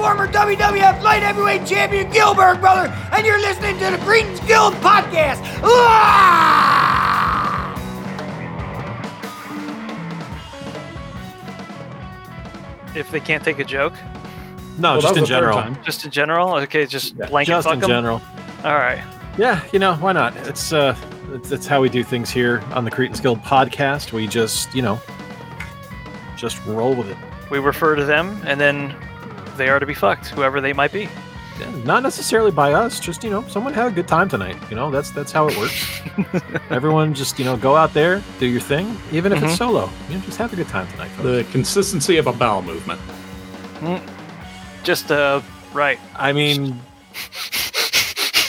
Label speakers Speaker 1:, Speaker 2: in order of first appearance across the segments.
Speaker 1: WWF Light Heavyweight Champion Gilbert, brother, and you're listening to the Greetings Guild podcast. Ah!
Speaker 2: If they can't take a joke,
Speaker 3: No,
Speaker 4: Well,
Speaker 3: just
Speaker 4: that was
Speaker 3: in
Speaker 4: the third
Speaker 3: general.
Speaker 4: time.
Speaker 2: just in general. Okay, just
Speaker 3: Yeah,
Speaker 2: blanket
Speaker 3: just
Speaker 2: fuck
Speaker 3: in
Speaker 2: 'em?
Speaker 3: general.
Speaker 2: All right.
Speaker 3: Yeah, you know why not? It's uh, it's, it's how we do things here on the Cretans Guild podcast. We just you know, just roll with it.
Speaker 2: We refer to them, and then they are to be fucked, whoever they might be.
Speaker 3: Yeah, not necessarily by us, just you know, someone had a good time tonight. You know, that's that's how it works. Everyone just you know, go out there, do your thing, even if it's solo. You know, just have a good time tonight. folks.
Speaker 4: The consistency of a bowel movement.
Speaker 2: Just uh, right.
Speaker 3: I mean,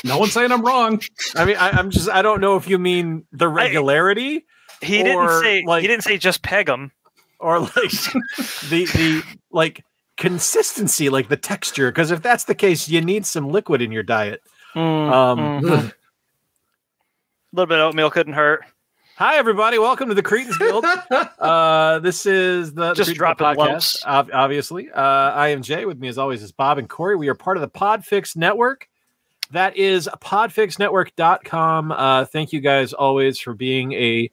Speaker 4: No one's saying I'm wrong.
Speaker 3: I mean, I, I'm just I don't know if you mean the regularity.
Speaker 2: He
Speaker 3: Or,
Speaker 2: didn't say.
Speaker 3: like-
Speaker 2: he didn't say just peg them.
Speaker 3: or like the the like consistency like the texture because if that's the case you need some liquid in your diet Um,
Speaker 2: a little bit of oatmeal couldn't hurt.
Speaker 3: hi everybody welcome to the cretans guild uh this is the the
Speaker 2: Just
Speaker 3: Cretans
Speaker 2: drop
Speaker 3: Guild
Speaker 2: it, lumps.
Speaker 3: ob- obviously uh i am jay with me as always is bob and corey we are part of the podfix network that is podfixnetwork.com uh thank you guys always for being a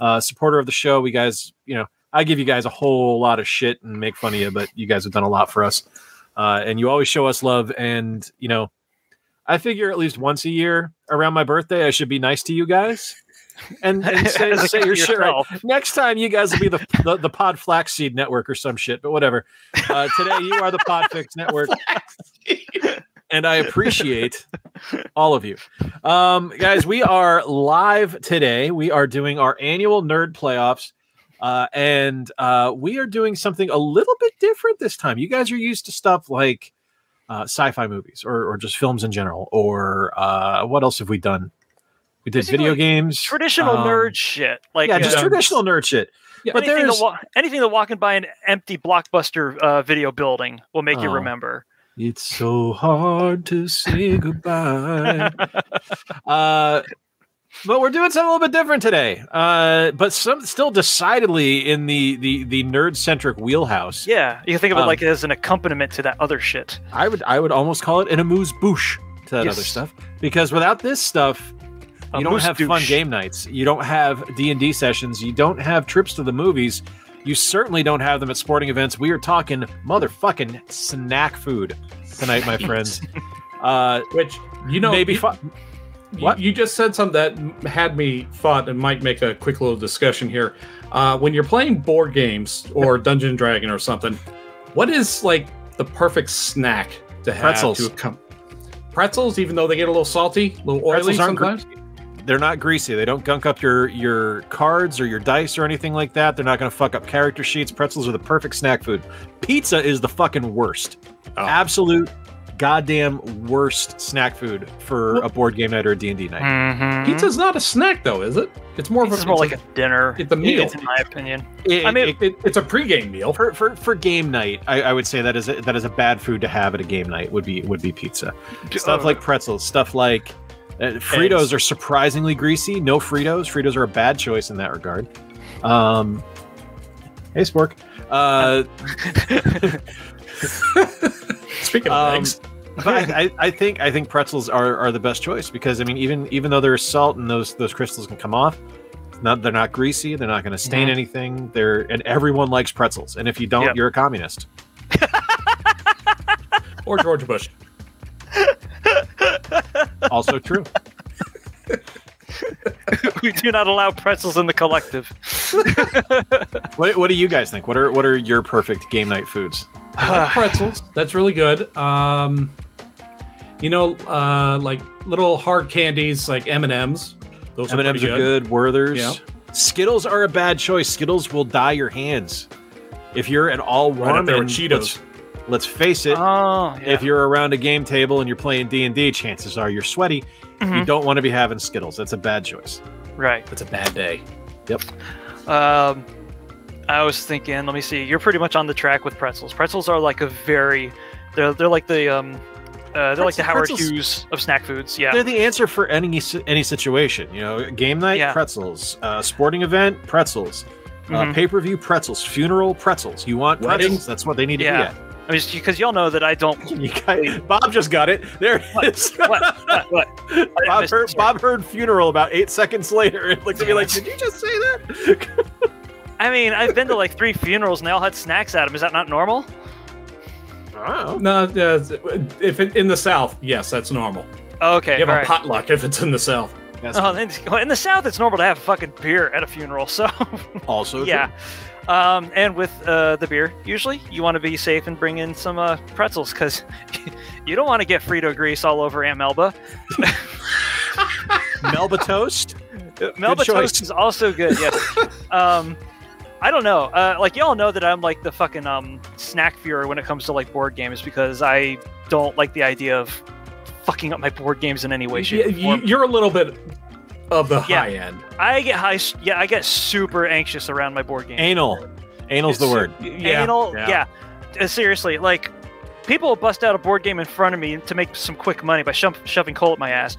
Speaker 3: uh supporter of the show we guys you know i give you guys a whole lot of shit and make fun of you but you guys have done a lot for us uh and you always show us love and you know i figure at least once a year around my birthday i should be nice to you guys and, and say,
Speaker 2: As a
Speaker 3: say
Speaker 2: guy
Speaker 3: your shit right
Speaker 2: yourself.
Speaker 3: Next time, you guys will be the, the, the Pod Flaxseed Network or some shit, but whatever. Uh, today, you are the Podfix Network. And I appreciate all of you. Um, guys, we are live today. We are doing our annual nerd playoffs. Uh, and uh, we are doing something a little bit different this time. You guys are used to stuff like uh, sci fi movies or, or just films in general. Or uh, what else have we done? We did
Speaker 2: Basically,
Speaker 3: video games.
Speaker 2: Traditional
Speaker 3: um,
Speaker 2: nerd shit. Like
Speaker 3: yeah, just
Speaker 2: uh,
Speaker 4: yeah.
Speaker 3: traditional nerd shit.
Speaker 4: Yeah,
Speaker 3: but
Speaker 2: anything,
Speaker 3: there's
Speaker 2: that wa- anything that walking by an empty blockbuster uh, video building will make you
Speaker 3: Oh.
Speaker 2: remember.
Speaker 3: It's so hard to say goodbye. uh, but we're doing something a little bit different today. Uh, but some still decidedly in the the the nerd centric wheelhouse.
Speaker 2: Yeah, you can think of it
Speaker 3: Um,
Speaker 2: like as an accompaniment to that other shit.
Speaker 3: I would I would almost call it an amuse bouche to that
Speaker 2: Yes.
Speaker 3: other stuff because without this stuff,
Speaker 2: A
Speaker 3: you don't
Speaker 2: moose
Speaker 3: have fun
Speaker 2: douche.
Speaker 3: game nights. You don't have D and D sessions. You don't have trips to the movies. You certainly don't have them at sporting events. We are talking motherfucking snack food tonight, my friends. Uh,
Speaker 4: Which you know
Speaker 3: maybe
Speaker 4: you,
Speaker 3: fu- What?
Speaker 4: you just said something that m- had me thought and might make a quick little discussion here. Uh, when you're playing board games or Dungeon and Dragon or something, what is like the perfect snack to have
Speaker 3: Pretzels.
Speaker 4: to come? Pretzels, even though they get a little salty, a little oily
Speaker 3: Pretzels aren't gr-
Speaker 4: sometimes.
Speaker 3: they're not greasy. They don't gunk up your your cards or your dice or anything like that. They're not going to fuck up character sheets. Pretzels are the perfect snack food. Pizza is the fucking worst.
Speaker 4: Oh.
Speaker 3: Absolute goddamn worst snack food for a board game night or a D&D night.
Speaker 2: Mhm.
Speaker 4: Pizza's not a snack though, Mm-hmm. is it? It's more of
Speaker 2: Pizza's
Speaker 4: a,
Speaker 2: more
Speaker 4: it's
Speaker 2: like
Speaker 4: a-
Speaker 2: a dinner.
Speaker 4: it's a meal.
Speaker 2: in my opinion.
Speaker 3: It-
Speaker 2: I mean,
Speaker 3: it-
Speaker 4: It- it's a pregame meal.
Speaker 3: for, for for game night, I, I would say that is a, that is a bad food to have at a game night would be would be pizza. Stuff
Speaker 2: Uh,
Speaker 3: like pretzels, stuff like uh, Fritos are surprisingly greasy. No Fritos. Fritos are a bad choice in that regard. Um, hey, Spork. Uh,
Speaker 4: Speaking of
Speaker 3: Um,
Speaker 4: eggs,
Speaker 3: but I, I, I think I think pretzels are, are the best choice because I mean even even though there's salt and those those crystals can come off, it's not they're not greasy. They're not going to stain
Speaker 2: Mhm.
Speaker 3: anything. They're and everyone likes pretzels. And if you don't,
Speaker 2: Yep.
Speaker 3: you're a communist.
Speaker 4: or George Bush.
Speaker 3: Also true.
Speaker 2: we do not allow pretzels in the collective.
Speaker 3: what, what do you guys think? What are what are your perfect game night foods?
Speaker 4: pretzels. That's really good. Um, you know, uh, like little hard candies like M and M's. Those
Speaker 3: M and M's
Speaker 4: pretty
Speaker 3: are good. Werthers.
Speaker 4: Yeah.
Speaker 3: Skittles are a bad choice. Skittles will dye your hands if you're at all warm.
Speaker 4: Right up there with
Speaker 3: and
Speaker 4: Cheetos.
Speaker 3: Let's, let's face it.
Speaker 2: oh,
Speaker 3: If you're around a game table and you're playing D and D, chances are you're sweaty. You
Speaker 2: Mhm.
Speaker 3: don't want to be having Skittles. That's a bad choice.
Speaker 2: right.
Speaker 4: It's a bad day.
Speaker 2: Um, I was thinking. Let me see. You're pretty much on the track with pretzels. Pretzels are like a very, they're they're like the um, uh, they're like the
Speaker 3: Pretzels-
Speaker 2: Howard
Speaker 3: pretzels-
Speaker 2: Hughes of snack foods. Yeah.
Speaker 3: They're the answer for any si- any situation. You know, game night
Speaker 2: Yeah.
Speaker 3: pretzels, uh, sporting event pretzels, uh,
Speaker 2: Mhm.
Speaker 3: pay per view pretzels, funeral pretzels. You want pretzels?
Speaker 4: Weddings?
Speaker 3: That's what they need to
Speaker 2: Yeah.
Speaker 3: be at.
Speaker 2: I mean, because y'all know that I don't.
Speaker 3: You got, Bob just got it. There it is.
Speaker 2: What? What? What? I
Speaker 3: Bob,
Speaker 2: missed
Speaker 3: heard,
Speaker 2: it.
Speaker 3: Bob heard funeral about eight seconds later and looked at me
Speaker 2: Damn
Speaker 3: like,
Speaker 2: it.
Speaker 3: Did you just say that?
Speaker 2: I mean, I've been to like three funerals and they all had snacks at them. Is that not normal?
Speaker 3: oh.
Speaker 4: No, uh, if it, in the South, yes, that's normal.
Speaker 2: Okay.
Speaker 4: you have
Speaker 2: all
Speaker 4: a
Speaker 2: right.
Speaker 4: potluck if it's in the South.
Speaker 3: That's
Speaker 2: Oh, in, in the South, it's normal to have fucking beer at a funeral. So,
Speaker 3: also
Speaker 2: yeah. Um, and with uh, the beer, usually you want to be safe and bring in some uh, pretzels because you don't want to get Frito grease all over Aunt Melba.
Speaker 3: true. Melba toast.
Speaker 2: Melba
Speaker 3: Uh, choice.
Speaker 2: toast is also good. Yes. um, I don't know. Uh, like y'all know that I'm like the fucking um, snack fury when it comes to like board games because I don't like the idea of fucking up my board games in any way, shape,
Speaker 4: Yeah,
Speaker 2: or form.
Speaker 4: you, you're a little bit of the
Speaker 2: Yeah.
Speaker 4: high end.
Speaker 2: I get high. Yeah, I get super anxious around my board games.
Speaker 3: Anal. Anal's the
Speaker 2: It's-
Speaker 3: word.
Speaker 4: Yeah,
Speaker 2: anal.
Speaker 4: yeah.
Speaker 2: Yeah. Uh, Seriously, like people bust out a board game in front of me to make some quick money by sho- shoving coal at my ass.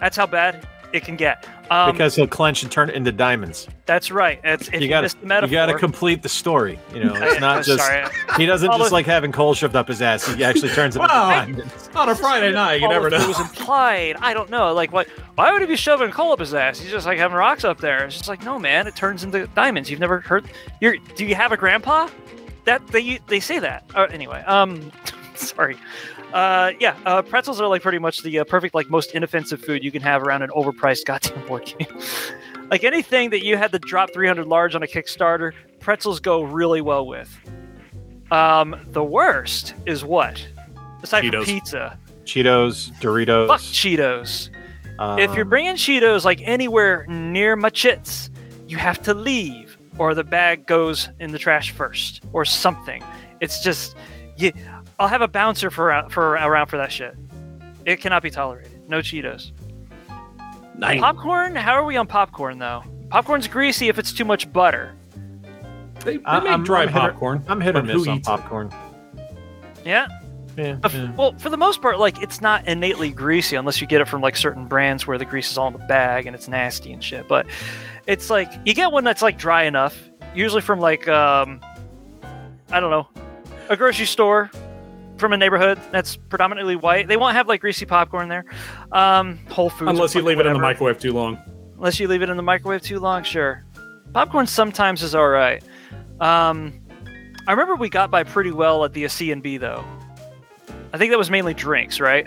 Speaker 2: That's how bad it can get. Um,
Speaker 3: because he'll clench and turn it into diamonds.
Speaker 2: that's right. It's if
Speaker 3: You
Speaker 2: you
Speaker 3: gotta,
Speaker 2: missed the metaphor.
Speaker 3: you gotta complete the story. You know, it's
Speaker 2: I'm
Speaker 3: not just
Speaker 2: sorry.
Speaker 3: he doesn't
Speaker 2: Follow-
Speaker 3: just like having coal shoved up his ass. He actually turns it into
Speaker 4: Wow.
Speaker 3: diamonds.
Speaker 4: On a Friday night, you
Speaker 2: All
Speaker 4: never
Speaker 2: of It was
Speaker 4: know.
Speaker 2: implied. I don't know. Like, what? Why would he be shoving coal up his ass? He's just like having rocks up there. It's just like, no, man. It turns into diamonds. You've never heard. You're. Do you have a grandpa? That they they say that. Uh, anyway, um, sorry. Uh, yeah. Uh, pretzels are like pretty much the uh, perfect, like most inoffensive food you can have around an overpriced goddamn board game. like anything that you had to drop 300 large on a Kickstarter, pretzels go really well with. Um, the worst is what? Aside
Speaker 4: Cheetos.
Speaker 2: from pizza,
Speaker 3: Cheetos, Doritos.
Speaker 2: Fuck Cheetos. if you're
Speaker 3: um,
Speaker 2: bringing Cheetos like anywhere near my chits, you have to leave or the bag goes in the trash first or something. It's just, you, I'll have a bouncer for uh, for around for that shit. It cannot be tolerated. No Cheetos.
Speaker 4: Nice.
Speaker 2: Popcorn? How are we on popcorn though? Popcorn's greasy if it's too much butter.
Speaker 4: They, they
Speaker 3: I-
Speaker 4: make
Speaker 3: I'm-
Speaker 4: dry
Speaker 3: I'm hit or-
Speaker 4: popcorn.
Speaker 3: I'm hit or
Speaker 4: but who
Speaker 3: miss on
Speaker 4: eats it?
Speaker 3: popcorn.
Speaker 2: Yeah.
Speaker 3: Yeah,
Speaker 2: But f-
Speaker 3: yeah.
Speaker 2: Well, for the most part, like it's not innately greasy unless you get it from like certain brands where the grease is all in the bag and it's nasty and shit. But it's like you get one that's like dry enough, usually from like um, I don't know, a grocery store from a neighborhood that's predominantly white. They won't have like greasy popcorn there. Um, Whole Foods, or
Speaker 4: Unless you
Speaker 2: fucking
Speaker 4: leave it in the
Speaker 2: whatever.
Speaker 4: microwave too long.
Speaker 2: Unless you leave it in the microwave too long, sure. Popcorn sometimes is all right. Um, I remember we got by pretty well at the C and B though. I think that was mainly drinks, right?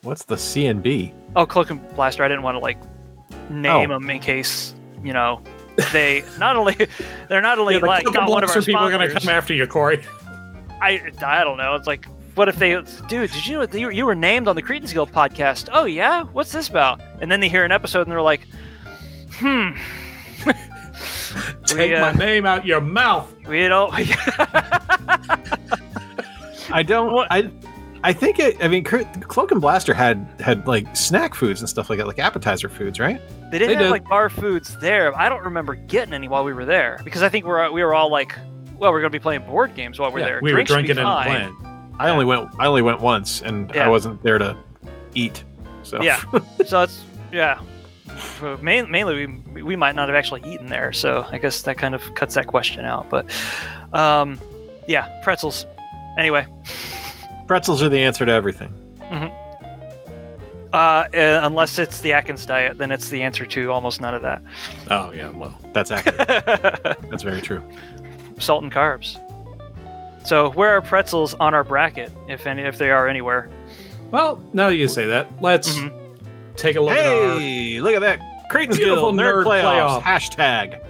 Speaker 3: What's the C and B?
Speaker 2: Oh, Cloak and Blaster. I didn't want to like name
Speaker 3: Oh.
Speaker 2: them in case you know they not only they're not only
Speaker 4: Yeah, the
Speaker 2: like
Speaker 4: couple
Speaker 2: not one of
Speaker 4: blocks
Speaker 2: our
Speaker 4: of people are going to
Speaker 2: sponsors.
Speaker 4: come after you, Corey.
Speaker 2: I I don't know. It's like what if they dude? Did you know that you, you were named on the Cretans Guild podcast? Oh yeah, what's this about? And then they hear an episode and they're like, hmm.
Speaker 4: Take
Speaker 2: uh,
Speaker 4: my name out your mouth.
Speaker 2: We don't.
Speaker 3: I don't.
Speaker 2: What-
Speaker 3: I I think it. I mean, Cr- Cloak and Blaster had had like snack foods and stuff like that, like appetizer foods, right?
Speaker 2: They didn't
Speaker 4: They
Speaker 2: have
Speaker 4: did.
Speaker 2: like bar foods there. I don't remember getting any while we were there because I think we're we were all like, well, we're gonna be playing board games while we're
Speaker 3: Yeah,
Speaker 2: there.
Speaker 4: We were
Speaker 2: Drinks should be
Speaker 4: drinking and
Speaker 2: fine.
Speaker 4: playing.
Speaker 3: I only went. I only went once, and
Speaker 2: Yeah.
Speaker 3: I wasn't there to eat. So
Speaker 2: Yeah. so it's yeah. Uh, Main, mainly, we we might not have actually eaten there, so I guess that kind of cuts that question out. But um, yeah, pretzels. Anyway,
Speaker 3: pretzels are the answer to everything.
Speaker 2: uh, uh, unless it's the Atkins diet, then it's the answer to almost none of
Speaker 4: Oh, yeah, well.
Speaker 3: That's accurate.
Speaker 2: that.
Speaker 3: That's very true.
Speaker 2: Salt and carbs. So where are pretzels on our bracket, if any, if they are anywhere?
Speaker 4: Well, now that you say that, let's
Speaker 2: Mhm.
Speaker 4: take a look at our...
Speaker 3: hey, look at that. Creighton's
Speaker 4: Beautiful
Speaker 3: Guild nerd,
Speaker 4: nerd
Speaker 3: playoffs.
Speaker 4: playoff.
Speaker 3: Hashtag.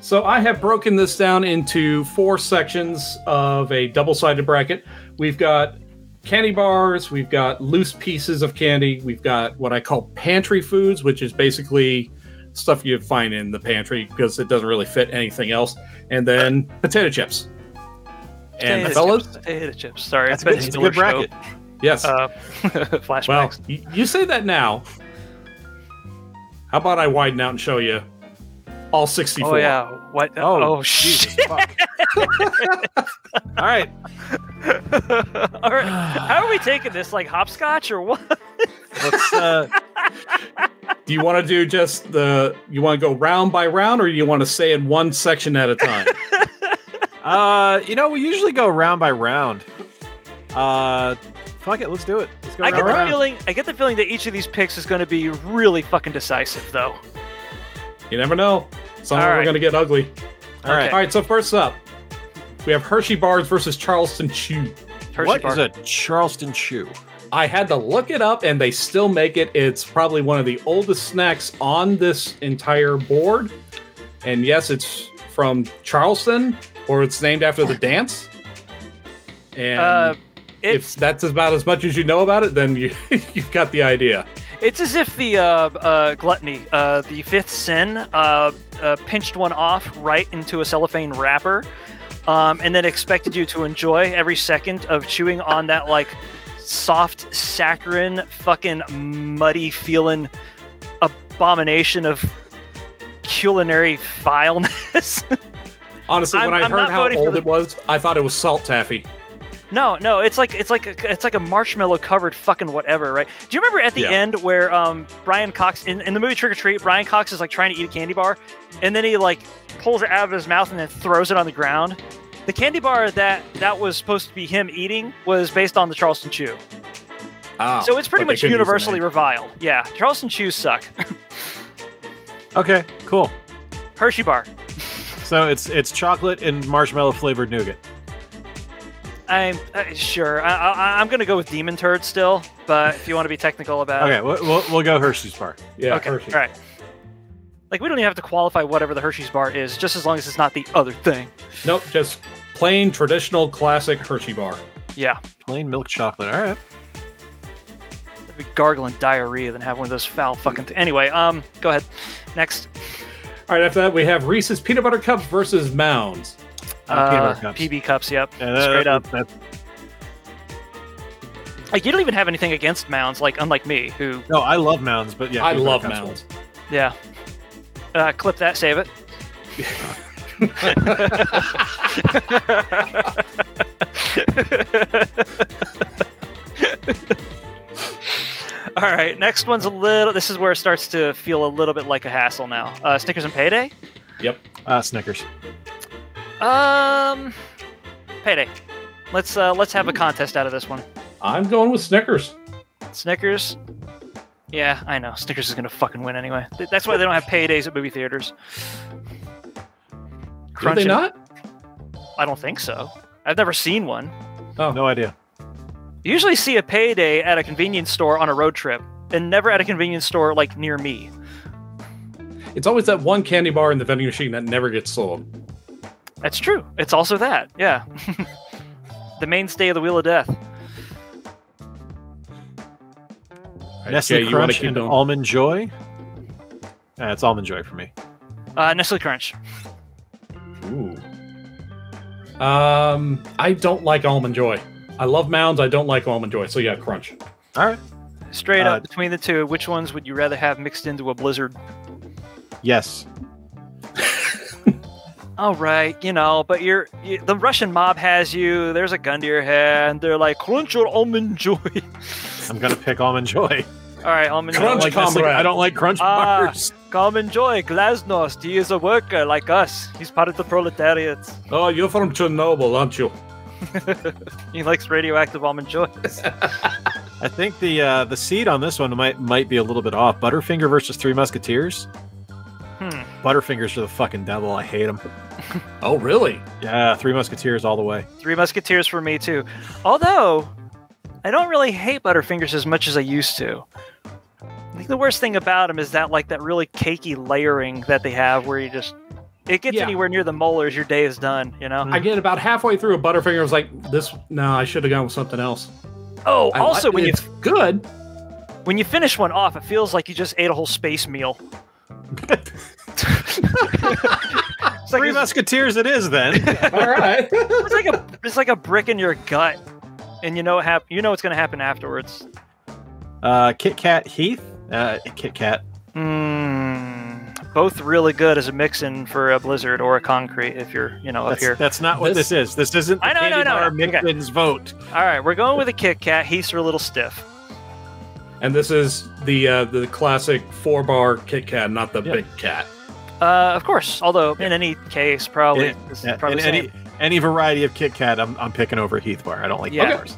Speaker 4: So I have broken this down into four sections of a double-sided bracket. We've got candy bars, we've got loose pieces of candy, we've got what I call pantry foods, which is basically stuff you'd find in the pantry because it doesn't really fit anything else, and then potato chips. And
Speaker 2: Potato
Speaker 4: fellas,
Speaker 2: chips, potato chips. Sorry,
Speaker 3: That's a
Speaker 2: been
Speaker 3: good, it's a
Speaker 2: Miller
Speaker 3: good bracket.
Speaker 4: yes.
Speaker 2: show. Uh,
Speaker 4: Well,
Speaker 2: flashbacks.
Speaker 4: y- you say that now. How about I widen out and show you all 64?
Speaker 2: oh yeah, what?
Speaker 3: Oh,
Speaker 2: Oh, shit.
Speaker 3: fuck. All right.
Speaker 2: All right. How are we taking this? Like hopscotch or what?
Speaker 3: Let's uh
Speaker 4: Do you want to do just the, you want to go round by round or you want to say in one section at a time?
Speaker 3: Uh, you know, we usually go round by round. Uh, fuck it, let's do it. Let's go
Speaker 2: I get
Speaker 3: round by
Speaker 2: the
Speaker 3: round.
Speaker 2: feeling. I get the feeling that each of these picks is going to be really fucking decisive, though.
Speaker 4: You never know. Some of
Speaker 2: All
Speaker 4: them
Speaker 2: right.
Speaker 4: are going to get ugly.
Speaker 3: All right.
Speaker 2: Okay.
Speaker 4: All right, so first up, we have Hershey Bars versus Charleston Chew.
Speaker 2: Hershey
Speaker 3: What
Speaker 2: bar.
Speaker 3: is a Charleston chew?
Speaker 4: I had to look it up and they still make it. It's probably one of the oldest snacks on this entire board. And yes, it's from Charleston or it's named after the dance. And
Speaker 2: Uh,
Speaker 4: if
Speaker 2: it's
Speaker 4: that's about as much as you know about it, then you, you've got the idea.
Speaker 2: it's as if the uh, uh, gluttony, uh, the fifth sin, uh, uh, pinched one off right into a cellophane wrapper, um, and then expected you to enjoy every second of chewing on that like soft saccharine, fucking muddy feeling abomination of culinary vileness.
Speaker 4: Honestly,
Speaker 2: I'm-
Speaker 4: when I
Speaker 2: I'm
Speaker 4: heard
Speaker 2: not
Speaker 4: how
Speaker 2: voting for
Speaker 4: old
Speaker 2: the-
Speaker 4: it was, I thought it was salt taffy.
Speaker 2: No, no, it's like it's like a, it's like a marshmallow covered fucking whatever, right? Do you remember at the
Speaker 4: Yeah.
Speaker 2: end where um Brian Cox in, in the movie Trick or Treat, Brian Cox is like trying to eat a candy bar, and then he like pulls it out of his mouth and then throws it on the ground. The candy bar that that was supposed to be him eating was based on the Charleston Chew,
Speaker 4: Ah,
Speaker 2: so it's pretty
Speaker 4: but they
Speaker 2: much
Speaker 4: couldn't use the
Speaker 2: universally
Speaker 4: name.
Speaker 2: reviled. Yeah, Charleston Chews suck.
Speaker 3: Okay, cool.
Speaker 2: Hershey bar.
Speaker 3: So it's it's chocolate and marshmallow flavored nougat.
Speaker 2: I'm uh, sure. I, I, I'm gonna go with Demon Turd still, but if you want to be technical
Speaker 4: Uh,
Speaker 2: about it,
Speaker 3: Okay, we'll, we'll, we'll go Hershey's bar.
Speaker 4: yeah,
Speaker 2: okay,
Speaker 4: Hershey.
Speaker 2: all right. Like we don't even have to qualify whatever the Hershey's bar is, just as long as it's not the other thing.
Speaker 4: Nope, just plain traditional classic Hershey bar.
Speaker 2: Yeah,
Speaker 3: Plain milk chocolate. All right.
Speaker 2: I'd be gargling diarrhea than have one of those foul fucking. Th- anyway, um, go ahead. Next,
Speaker 4: All right, after that we have Reese's peanut butter cups versus Mounds.
Speaker 3: Uh, peanut
Speaker 2: uh,
Speaker 3: butter cups.
Speaker 2: PB cups. Yep,
Speaker 3: Yeah, that-
Speaker 2: straight up.
Speaker 3: that-
Speaker 2: Like you don't even have anything against mounds, like unlike me, who
Speaker 3: no, I love mounds, but yeah,
Speaker 4: I
Speaker 3: peanut
Speaker 4: love
Speaker 3: butter cups.
Speaker 4: Mounds.
Speaker 2: yeah. Uh, clip that, save it. All right, next one's a little. This is where it starts to feel a little bit like a hassle now. Uh, Snickers and Payday.
Speaker 4: Yep.
Speaker 3: Uh, Snickers.
Speaker 2: Um, Payday. Let's uh, let's have a contest out of this one.
Speaker 4: I'm going with Snickers.
Speaker 2: Snickers. Yeah, I know. Snickers is gonna fucking win anyway. Th- That's why they don't have paydays at movie theaters.
Speaker 4: Are
Speaker 2: Crunch
Speaker 4: they
Speaker 2: and-
Speaker 4: not?
Speaker 2: I don't think so. I've never seen one.
Speaker 4: Oh.
Speaker 3: No idea.
Speaker 2: You usually see a payday at a convenience store on a road trip, and never at a convenience store like near me.
Speaker 4: It's always that one candy bar in the vending machine that never gets sold.
Speaker 2: That's true. It's also that. Yeah. the mainstay of the Wheel of Death.
Speaker 4: All right,
Speaker 3: Nestle
Speaker 4: Jay, you want to
Speaker 3: Crunch
Speaker 4: keep
Speaker 3: and
Speaker 4: going?
Speaker 3: Almond Joy. Uh, it's Almond Joy for me.
Speaker 2: Uh, Nestle Crunch.
Speaker 4: Ooh. Um, I don't like almond joy. I love Mounds. I don't like almond joy. So yeah, Crunch.
Speaker 3: All right.
Speaker 2: Straight
Speaker 3: Uh,
Speaker 2: up between the two, which ones would you rather have mixed into a blizzard?
Speaker 3: Yes.
Speaker 2: All right, you know, but you're you, the Russian mob has you. There's a gun to your head. And they're like, crunch your almond joy.
Speaker 3: I'm gonna pick Almond Joy.
Speaker 2: All right, almond
Speaker 3: I don't
Speaker 4: Crunch,
Speaker 2: joy.
Speaker 3: like Nestle-
Speaker 4: comrade.
Speaker 3: I don't like Crunch
Speaker 2: Ah.
Speaker 3: bars.
Speaker 2: Common joy, Glasnost. He is a worker like us. He's part of the proletariat.
Speaker 4: Oh, you're from Chernobyl, aren't you?
Speaker 2: He likes radioactive almond joy.
Speaker 3: I think the uh, the seed on this one might might be a little bit off. Butterfinger versus Three Musketeers.
Speaker 2: Hmm.
Speaker 3: Butterfingers are the fucking devil. I hate them.
Speaker 4: Oh, really?
Speaker 3: Yeah, Three Musketeers all the way.
Speaker 2: Three Musketeers for me too. Although, I don't really hate Butterfingers as much as I used to. I think the worst thing about them is that like that really cakey layering that they have, where you just it gets
Speaker 4: Yeah.
Speaker 2: anywhere near the molars, your day is done. You know.
Speaker 4: I get about halfway through a Butterfinger. I was like, this. No, I should have gone with something else.
Speaker 2: oh,
Speaker 4: I
Speaker 2: also
Speaker 4: liked
Speaker 2: when
Speaker 4: it.
Speaker 2: you
Speaker 4: it's good.
Speaker 2: when you finish one off, it feels like you just ate a whole space meal. it's like
Speaker 3: Three
Speaker 2: it's-
Speaker 3: Musketeers it is then.
Speaker 4: All right.
Speaker 2: it's like a it's like a brick in your gut, and you know it hap- you know what's gonna happen afterwards.
Speaker 3: uh, Kit Kat Heath. Uh, Kit Kat.
Speaker 2: Mm, both really good as a mix-in for a blizzard or a concrete if you're you know up
Speaker 3: That's,
Speaker 2: here.
Speaker 3: that's not what this,
Speaker 4: This-
Speaker 3: is. This isn't the
Speaker 2: I know,
Speaker 3: candy
Speaker 2: no, no,
Speaker 3: bar
Speaker 2: no. Okay.
Speaker 3: Mittens vote.
Speaker 2: All right, we're going with a Kit Kat. Heath's are a little stiff.
Speaker 4: and this is the uh, the classic four bar Kit Kat, not the
Speaker 3: Yeah.
Speaker 4: big cat.
Speaker 2: Uh, of course, although in any case, probably,
Speaker 3: In-
Speaker 2: it's
Speaker 3: Yeah,
Speaker 2: probably
Speaker 3: in
Speaker 2: the same.
Speaker 3: any any variety of Kit Kat, I'm, I'm picking over Heath Bar. I don't like
Speaker 2: Yeah.
Speaker 3: Heath Bars.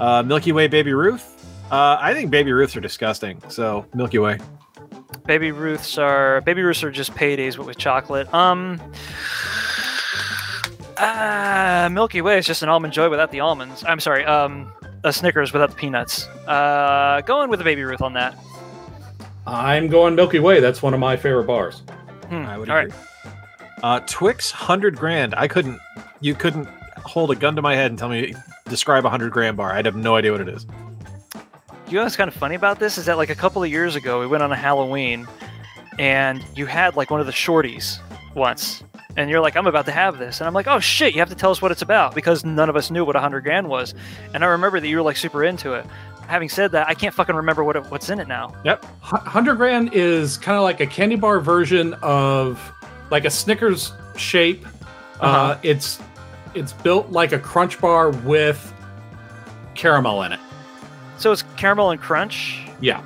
Speaker 3: Uh, Milky Way Baby Ruth. Uh, I think Baby Ruths are disgusting. So Milky Way.
Speaker 2: Baby Ruths are Baby Ruths are just paydays but with chocolate. Um, uh, Milky Way is just an almond joy without the almonds. I'm sorry. Um, a Snickers without the peanuts. Uh, going with the Baby Ruth on that.
Speaker 4: I'm going Milky Way. That's one of my favorite bars.
Speaker 2: Hmm,
Speaker 3: I would
Speaker 2: all right.
Speaker 3: agree. Uh, Twix hundred grand. I couldn't. You couldn't hold a gun to my head and tell me describe a hundred grand bar. I'd have no idea what it is.
Speaker 2: You know what's kind of funny about this is that like a couple of years ago we went on a Halloween, and you had like one of the shorties once, and you're like, I'm about to have this, and I'm like, oh shit, you have to tell us what it's about because none of us knew what a hundred grand was, and I remember that you were like super into it. Having said that, I can't fucking remember what it, what's in it now.
Speaker 3: Yep.
Speaker 4: Hu- 100 grand is kind of like a candy bar version of like a Snickers shape. uh
Speaker 2: Uh-huh.
Speaker 4: it's it's built like a crunch bar with caramel in it.
Speaker 2: So it's caramel and crunch.
Speaker 4: Yeah.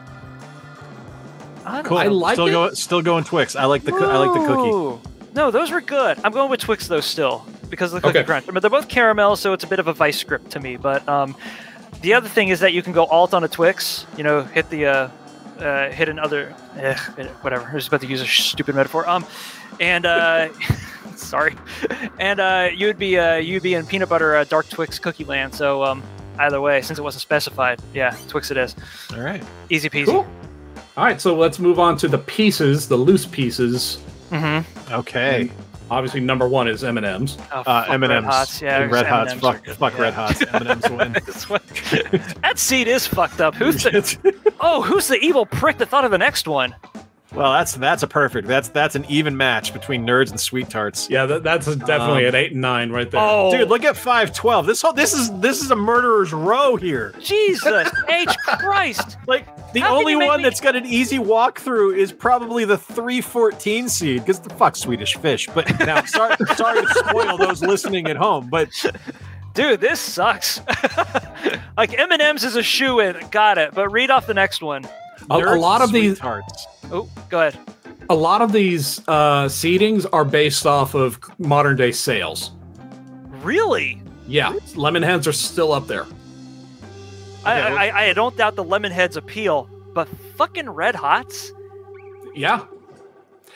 Speaker 2: I don't
Speaker 3: Cool.
Speaker 4: I like
Speaker 3: still
Speaker 4: it.
Speaker 3: go still going Twix. I like the coo- I like the cookie.
Speaker 2: Ooh. No, those were good. I'm going with Twix though still because of the cookie
Speaker 4: Okay.
Speaker 2: crunch. But they're both caramel, so it's a bit of a vice grip to me. But um, the other thing is that you can go alt on a Twix. You know, hit the uh, uh, hit another eh, whatever. I was about to use a stupid metaphor. Um, and uh, sorry, and uh, you'd be uh, you'd be in peanut butter uh, dark Twix cookie land. So um, either way, since it wasn't specified, yeah, Twix it is.
Speaker 3: All right.
Speaker 2: Easy peasy.
Speaker 4: Cool. All right, so let's move on to the pieces, the loose pieces.
Speaker 2: Mm-hmm.
Speaker 3: Okay.
Speaker 4: Obviously, number one is M and M's.
Speaker 2: Oh,
Speaker 3: Uh,
Speaker 2: fuck
Speaker 3: M and
Speaker 2: Red
Speaker 3: M's.
Speaker 2: Hots. Yeah,
Speaker 3: Red Hots.
Speaker 2: M&Ms are
Speaker 3: Fuck.
Speaker 2: good.
Speaker 3: Fuck
Speaker 2: Yeah.
Speaker 3: Red Hots. M and M's win.
Speaker 2: It's what- that seed is fucked up. Who's the, oh, who's the evil prick that thought of the next one?
Speaker 3: Well, that's that's a perfect. That's that's an even match between nerds and sweet tarts.
Speaker 4: Yeah, that, that's definitely
Speaker 3: Um,
Speaker 4: an eight and nine right there.
Speaker 2: Oh,
Speaker 3: Dude, look at five twelve. This whole this is this is a murderer's row here.
Speaker 2: Jesus H Christ!
Speaker 3: Like the
Speaker 2: How can
Speaker 3: only
Speaker 2: you make
Speaker 3: one
Speaker 2: me-
Speaker 3: that's got an easy walkthrough is probably the three fourteen seed because the fuck Swedish fish. But now, sorry, sorry to spoil those listening at home, but
Speaker 2: Dude, this sucks. like M and M's is a shoe in. Got it. But read off the next one.
Speaker 4: A- a
Speaker 3: nerds
Speaker 4: lot
Speaker 3: and
Speaker 4: of these-
Speaker 3: sweet tarts.
Speaker 2: Oh, go ahead.
Speaker 4: a lot of these uh, seedings are based off of modern day sales.
Speaker 2: Really?
Speaker 4: Yeah, lemon hands are still up there.
Speaker 2: I,
Speaker 3: Okay, well-
Speaker 2: I, I I don't doubt the Lemonheads appeal, but fucking Red Hots.
Speaker 4: Yeah,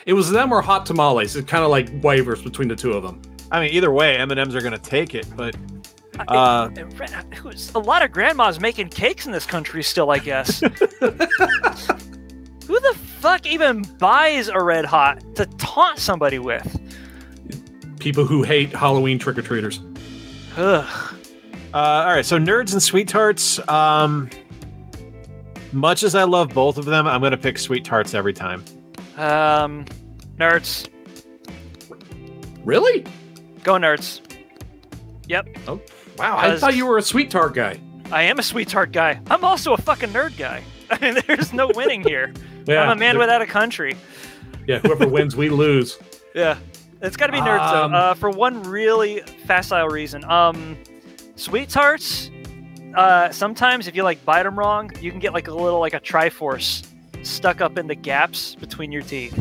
Speaker 4: it was them or hot tamales. It kind of like wavers between the two of them.
Speaker 3: I mean, either way, M and M's are gonna take it. But uh,
Speaker 2: Red, who's, a lot of grandmas making cakes in this country still, I guess. Who the fuck even buys a red hot to taunt somebody with?
Speaker 4: People who hate Halloween trick or treaters.
Speaker 2: Ugh.
Speaker 3: Uh, all right, so nerds and sweet tarts. Um, much as I love both of them, I'm gonna pick sweet tarts every time.
Speaker 2: Um, nerds,
Speaker 4: Really?
Speaker 2: go nerds.
Speaker 4: Wow, I
Speaker 2: Cause-
Speaker 4: thought you were a sweet tart guy.
Speaker 2: I am a sweet tart guy. I'm also a fucking nerd guy. I mean, there's no winning here.
Speaker 4: Yeah,
Speaker 2: I'm a man
Speaker 4: the-
Speaker 2: without a country.
Speaker 4: Yeah, whoever wins, we lose.
Speaker 2: Yeah, it's got to be nerds
Speaker 4: Um,
Speaker 2: though. Uh, for one really facile reason. Um, sweet tarts. Uh, sometimes if you like bite them wrong, you can get like a little like a Triforce stuck up in the gaps between your teeth,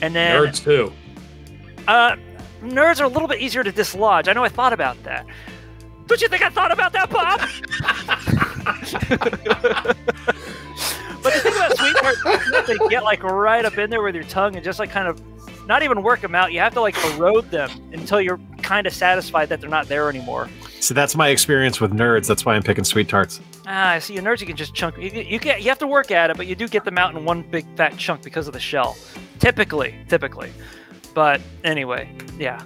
Speaker 2: and then
Speaker 4: Nerds too.
Speaker 2: uh, nerds are a little bit easier to dislodge. I know I thought about that. Don't you think I thought about that, Bob? but the thing about sweet tarts is that they get like right up in there with your tongue and just like kind of not even work them out. You have to like erode them until you're kind of satisfied that they're not there anymore.
Speaker 3: So that's my experience with nerds. That's why I'm picking sweet tarts.
Speaker 2: Ah, I see. You nerds, you can just chunk. You, you can You have to work at it, but you do get them out in one big fat chunk because of the shell. Typically, typically. But anyway, yeah.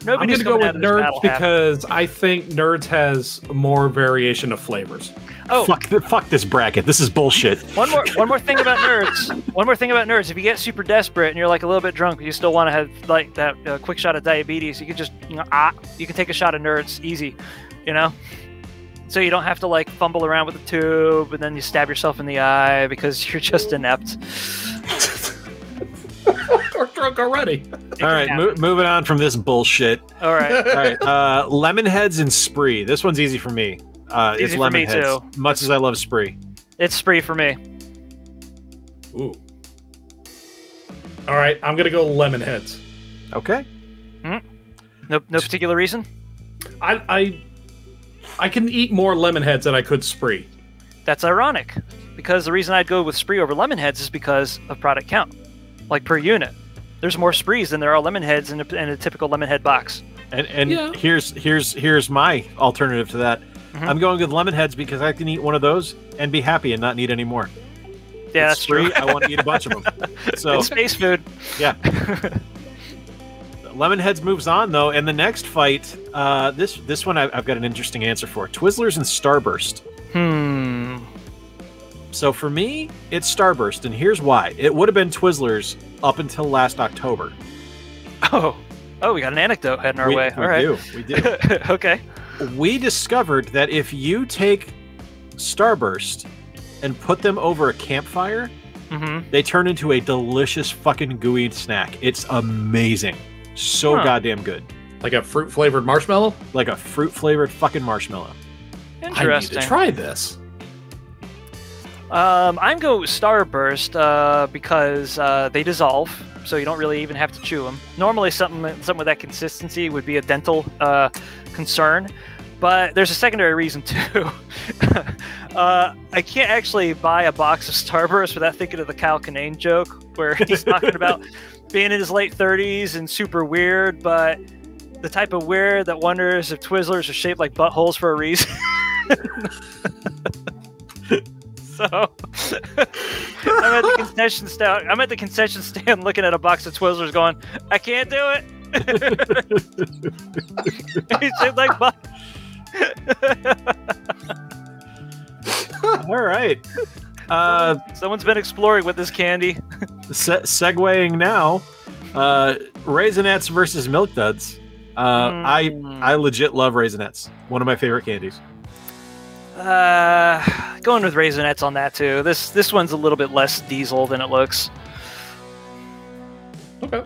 Speaker 4: I'm
Speaker 2: Nobody's
Speaker 4: gonna go
Speaker 2: coming
Speaker 4: with
Speaker 2: out of this
Speaker 4: nerds
Speaker 2: battle happy.
Speaker 4: because I think nerds has more variation of flavors.
Speaker 2: Oh,
Speaker 3: Fuck, th- fuck this bracket. This is bullshit.
Speaker 2: one more one more thing about nerds. One more thing about nerds. If you get super desperate and you're like a little bit drunk, but you still want to have like that uh, quick shot of diabetes, you can just you know ah, you can take a shot of nerds easy, you know. So you don't have to like fumble around with the tube and then you stab yourself in the eye because you're just inept.
Speaker 4: Or drunk already.
Speaker 3: All right, mo- moving on from this bullshit.
Speaker 2: All right.
Speaker 3: All right, uh, lemon heads and spree. This one's easy for me. Uh,
Speaker 2: Easy
Speaker 3: it's
Speaker 2: for
Speaker 3: lemon
Speaker 2: me,
Speaker 3: heads.
Speaker 2: too.
Speaker 3: Much as I love spree.
Speaker 2: It's spree for me.
Speaker 4: Ooh. All right, I'm gonna go lemon heads.
Speaker 3: Okay.
Speaker 2: Hmm. No, no particular reason.
Speaker 4: I, I I can eat more lemon heads than I could spree.
Speaker 2: That's ironic, because the reason I'd go with spree over lemon heads is because of product count, like per unit. There's more sprees than there are lemon heads in a, in a typical lemon head box.
Speaker 3: And and
Speaker 4: Yeah.
Speaker 3: here's here's here's my alternative to that.
Speaker 2: Mhm.
Speaker 3: I'm going with lemon heads because I can eat one of those and be happy and not need any more.
Speaker 2: Yeah,
Speaker 3: it's
Speaker 2: that's true.
Speaker 3: free. I want to eat a bunch of them. So
Speaker 2: It's space food.
Speaker 3: lemon heads moves on though, and the next fight, uh, this this one I, I've got an interesting answer for. Twizzlers and Starburst.
Speaker 2: Hmm.
Speaker 3: So for me, it's Starburst, and here's why. It would have been Twizzlers up until last October.
Speaker 2: Oh. Oh, we got an anecdote heading our
Speaker 3: we,
Speaker 2: way.
Speaker 3: we
Speaker 2: All right.
Speaker 3: do. We do.
Speaker 2: okay.
Speaker 3: we discovered that if you take Starburst and put them over a campfire,
Speaker 2: hmm
Speaker 3: they turn into a delicious fucking gooey snack. It's amazing. So
Speaker 2: Huh.
Speaker 3: goddamn good.
Speaker 4: Like a fruit flavored marshmallow.
Speaker 3: Like a fruit flavored fucking marshmallow.
Speaker 4: I need
Speaker 2: Interesting.
Speaker 4: to try this.
Speaker 2: um, I'm go with Starburst uh, because uh, they dissolve, so you don't really even have to chew them. Normally, something something with that consistency would be a dental uh, concern, but there's a secondary reason too. uh, I can't actually buy a box of Starburst without thinking of the Kyle Kinane joke where he's talking about being in his late 30s and super weird, but the type of weird that wonders if Twizzlers are shaped like buttholes for a reason. so I'm at the concession stand. I'm at the concession stand looking at a box of Twizzlers, going, "I can't do it." it's shaped like butt.
Speaker 3: All right. Uh,
Speaker 2: Someone's been exploring with this candy.
Speaker 3: se- segueing now, uh, Raisinets versus Milk Duds. Uh, I
Speaker 2: Mm.
Speaker 3: I legit love Raisinets. One of my favorite candies.
Speaker 2: Uh, going with raisinets on that too. This this one's a little bit less diesel than it looks.
Speaker 4: Okay.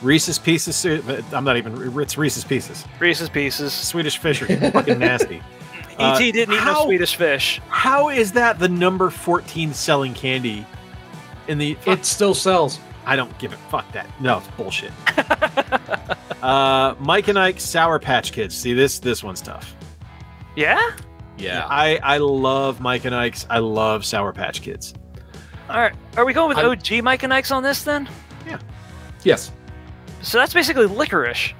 Speaker 3: Reese's Pieces. uh, I'm not even. It's Reese's Pieces.
Speaker 2: Reese's Pieces.
Speaker 3: Swedish fish are fucking nasty. Uh,
Speaker 2: ET E didn't eat
Speaker 3: how-
Speaker 2: no Swedish fish.
Speaker 3: How is that the number 14 selling candy in the
Speaker 4: It still sells.
Speaker 3: I don't give a fuck that. No, it's bullshit. uh, Mike and Ike Sour Patch Kids. See this this one's tough.
Speaker 2: Yeah.
Speaker 4: Yeah.
Speaker 3: I I love Mike and Ike's. I love Sour Patch Kids.
Speaker 2: All right. Are we going with
Speaker 4: I'm-
Speaker 2: OG Mike and Ike's on this then?
Speaker 4: Yes.
Speaker 2: So that's basically licorice.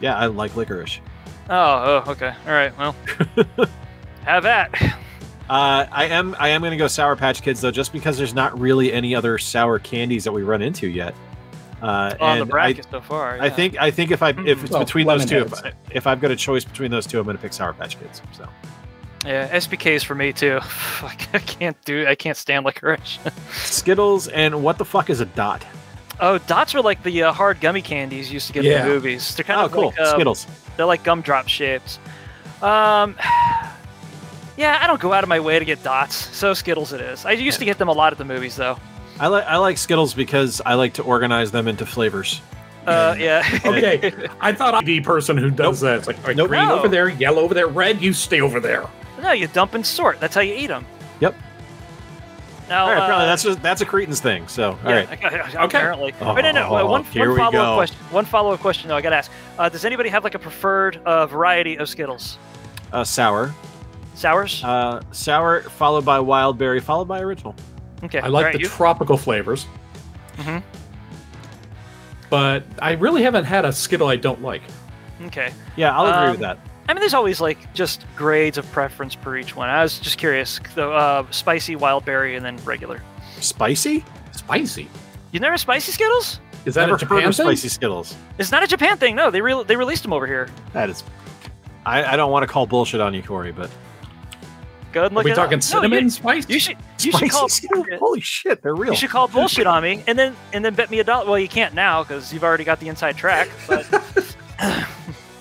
Speaker 3: Yeah, I like licorice.
Speaker 2: Oh. oh okay. All right. Well. Have that.
Speaker 3: Uh, I am I am going to go Sour Patch Kids though, just because there's not really any other sour candies that we run into yet. Uh,
Speaker 2: On the
Speaker 3: and I,
Speaker 2: bracket so far.
Speaker 3: I
Speaker 2: yeah.
Speaker 3: think I think if I if it's
Speaker 4: Well,
Speaker 3: between those
Speaker 4: lemon
Speaker 3: two, if,
Speaker 4: heads.
Speaker 3: I, if I've got a choice between those two, I'm going to pick Sour Patch Kids. So
Speaker 2: Yeah. SBK's for me too. I can't do. I can't stand licorice.
Speaker 3: Skittles and what the fuck is a dot?
Speaker 2: Oh, dots are like the uh, hard gummy candies you used to get
Speaker 4: Yeah.
Speaker 2: in the movies. They're kind
Speaker 3: Oh,
Speaker 2: of
Speaker 3: cool.
Speaker 2: like uh,
Speaker 3: Skittles.
Speaker 2: they're like gumdrop shapes. Um, yeah, I don't go out of my way to get dots, so Skittles it is. I used to get them a lot at the movies though.
Speaker 3: I like I like Skittles because I like to organize them into flavors.
Speaker 2: Uh, yeah.
Speaker 4: Okay. I thought I'm the person who does that. It's like all right,
Speaker 3: Nope.
Speaker 4: green
Speaker 2: No.
Speaker 4: over there, yellow over there, red. You stay over there.
Speaker 2: no, you dump and sort. That's how you eat them.
Speaker 3: Yep.
Speaker 2: Now,
Speaker 3: All right, probably
Speaker 2: uh,
Speaker 3: that's just, that's a Cretans thing. So all right,
Speaker 2: Apparently. Wait, no, no.
Speaker 3: Oh,
Speaker 2: One,
Speaker 3: here
Speaker 2: one
Speaker 3: we
Speaker 2: follow
Speaker 3: go.
Speaker 2: up question. One follow up question, though, I got to ask. Uh, does anybody have like a preferred uh, variety of Skittles?
Speaker 3: uh, sour,
Speaker 2: Sours?
Speaker 3: uh, sour followed by wild berry, followed by original.
Speaker 2: okay.
Speaker 4: I like
Speaker 2: All right,
Speaker 4: the
Speaker 2: you-
Speaker 4: tropical flavors.
Speaker 2: Mhm.
Speaker 4: But I really haven't had a Skittle I don't like.
Speaker 2: okay.
Speaker 3: Yeah, I'll agree
Speaker 2: Um,
Speaker 3: with that.
Speaker 2: I mean, there's always like just grades of preference per each one. I was just curious. The uh, spicy, wild berry, and then regular.
Speaker 3: Spicy?
Speaker 4: Spicy.
Speaker 2: You never had spicy Skittles?
Speaker 4: Is that
Speaker 3: Never
Speaker 4: a Japan
Speaker 3: heard of
Speaker 4: thing?
Speaker 3: spicy Skittles.
Speaker 2: It's not a Japan thing. No, they re- they released them over here.
Speaker 3: That is. I, I don't want to call bullshit on you, Corey, but
Speaker 2: Go ahead and
Speaker 4: Are
Speaker 2: look
Speaker 4: we
Speaker 2: it
Speaker 4: talking
Speaker 2: up. No,
Speaker 4: cinnamon
Speaker 2: you-
Speaker 4: spice?
Speaker 2: you, should you should call
Speaker 3: Spicy Skittles?
Speaker 2: bullshit.
Speaker 3: Holy shit, they're real.
Speaker 2: You should call bullshit on me, and then and then bet me a dollar. Well, you can't now because you've already got the inside track. But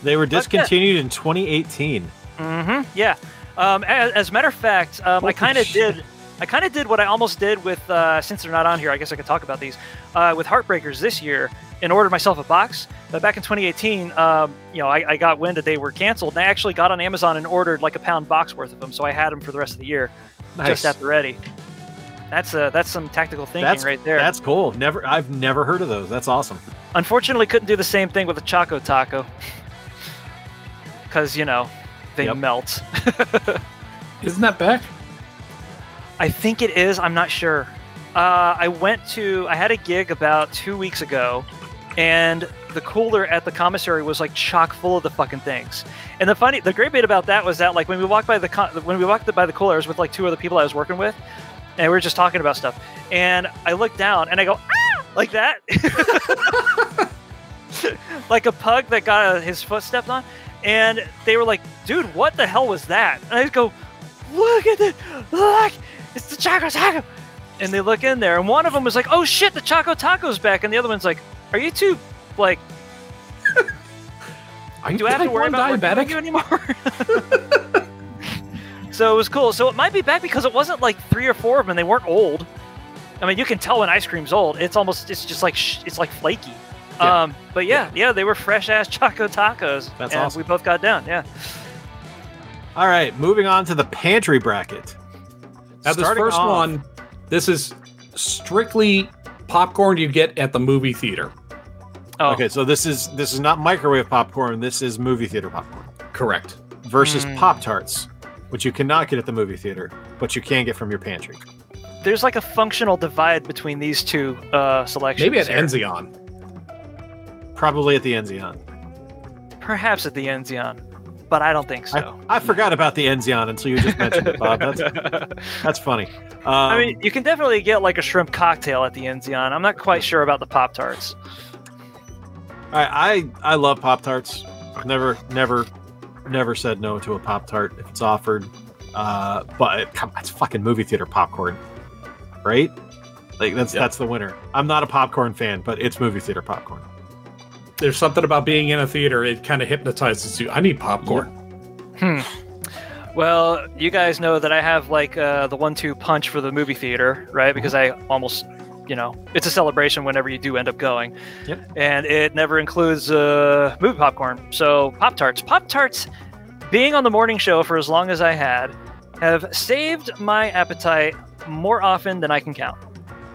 Speaker 3: They were
Speaker 2: yeah.
Speaker 3: discontinued in 2018.
Speaker 2: hmm yeah, um, as, as a matter of fact, um, I
Speaker 3: Holy
Speaker 2: kind of
Speaker 3: shit.
Speaker 2: did. I kind of did what I almost did with uh, since they're not on here. I guess I could talk about these uh, with Heartbreakers this year and ordered myself a box. But back in 2018, um, you know, I, I got wind that they were canceled, and I actually got on Amazon and ordered like a pound box worth of them. So I had them for the rest of the year, just at the ready. That's uh, that's some tactical thinking
Speaker 3: That's-
Speaker 2: right there.
Speaker 3: That's cool. Never, I've never heard of those. That's awesome.
Speaker 2: Unfortunately, couldn't do the same thing with a Choco Taco. Because, you know, they
Speaker 3: Yep.
Speaker 2: melt.
Speaker 4: Isn't that back?
Speaker 2: I think it is. I'm not sure. Uh, I went to, I had a gig about two weeks ago, and the cooler at the commissary was like chock full of the fucking things. And the funny, the great bit about that was that like when we walked by the co when we walked by the cooler, I was with like two other people I was working with, and we were just talking about stuff. And I looked down and I go ah like that, like a pug that got uh, his foot stepped on. And they were like, "Dude, what the hell was that?" And I just go, "Look at it! Look, it's the Choco Taco!" And they look in there, and one of them was like, "Oh shit, the Choco Taco's back!" And the other one's like, "Are you two like?"
Speaker 4: Are you
Speaker 2: do I have to
Speaker 4: type
Speaker 2: worry
Speaker 4: 1
Speaker 2: about working with
Speaker 4: diabetic?
Speaker 2: you anymore? so it was cool. So it might be back because it wasn't like three or four of them. They weren't old. I mean, you can tell when ice cream's old. It's almost it's just like sh- it's like flaky.
Speaker 4: Yeah.
Speaker 2: Um, but yeah, yeah, they were fresh ass Choco Tacos.
Speaker 3: That's
Speaker 2: and
Speaker 3: awesome.
Speaker 2: We both got down. Yeah.
Speaker 3: All right, moving on to the pantry bracket.
Speaker 4: Now this
Speaker 3: Starting
Speaker 4: first
Speaker 3: off-
Speaker 4: one, this is strictly popcorn you get at the movie theater.
Speaker 2: Oh,
Speaker 3: Okay, so this is this is not microwave popcorn. This is movie theater popcorn
Speaker 4: Correct.
Speaker 3: versus
Speaker 2: Mm.
Speaker 3: Pop Tarts, which you cannot get at the movie theater, but you can get from your pantry.
Speaker 2: There's like a functional divide between these two uh, selections.
Speaker 4: Maybe at
Speaker 2: here.
Speaker 4: Enzion.
Speaker 3: Probably at the Enzion.
Speaker 2: Perhaps at the Enzion, but I don't think so.
Speaker 3: I, I forgot about the Enzion until you just mentioned it, Bob. That's that's funny. Um,
Speaker 2: I mean, you can definitely get like a shrimp cocktail at the Enzion. I'm not quite sure about the Pop Tarts.
Speaker 3: I, I I love Pop Tarts. Never, never, never said no to a Pop Tart if it's offered. Uh, but come on, it's fucking movie theater popcorn, right? Like that's
Speaker 4: Yeah.
Speaker 3: that's the winner. I'm not a popcorn fan, but it's movie theater popcorn.
Speaker 4: There's something about being in a theater, it kind of hypnotizes you. I need popcorn.
Speaker 2: Well, you guys know that I have like uh, the one-two punch for the movie theater, right? Because I almost, you know, it's a celebration whenever you do end up going.
Speaker 3: Yep.
Speaker 2: And it never includes uh, movie popcorn. So Pop Tarts, Pop Tarts, being on the morning show for as long as I had, have saved my appetite more often than I can count.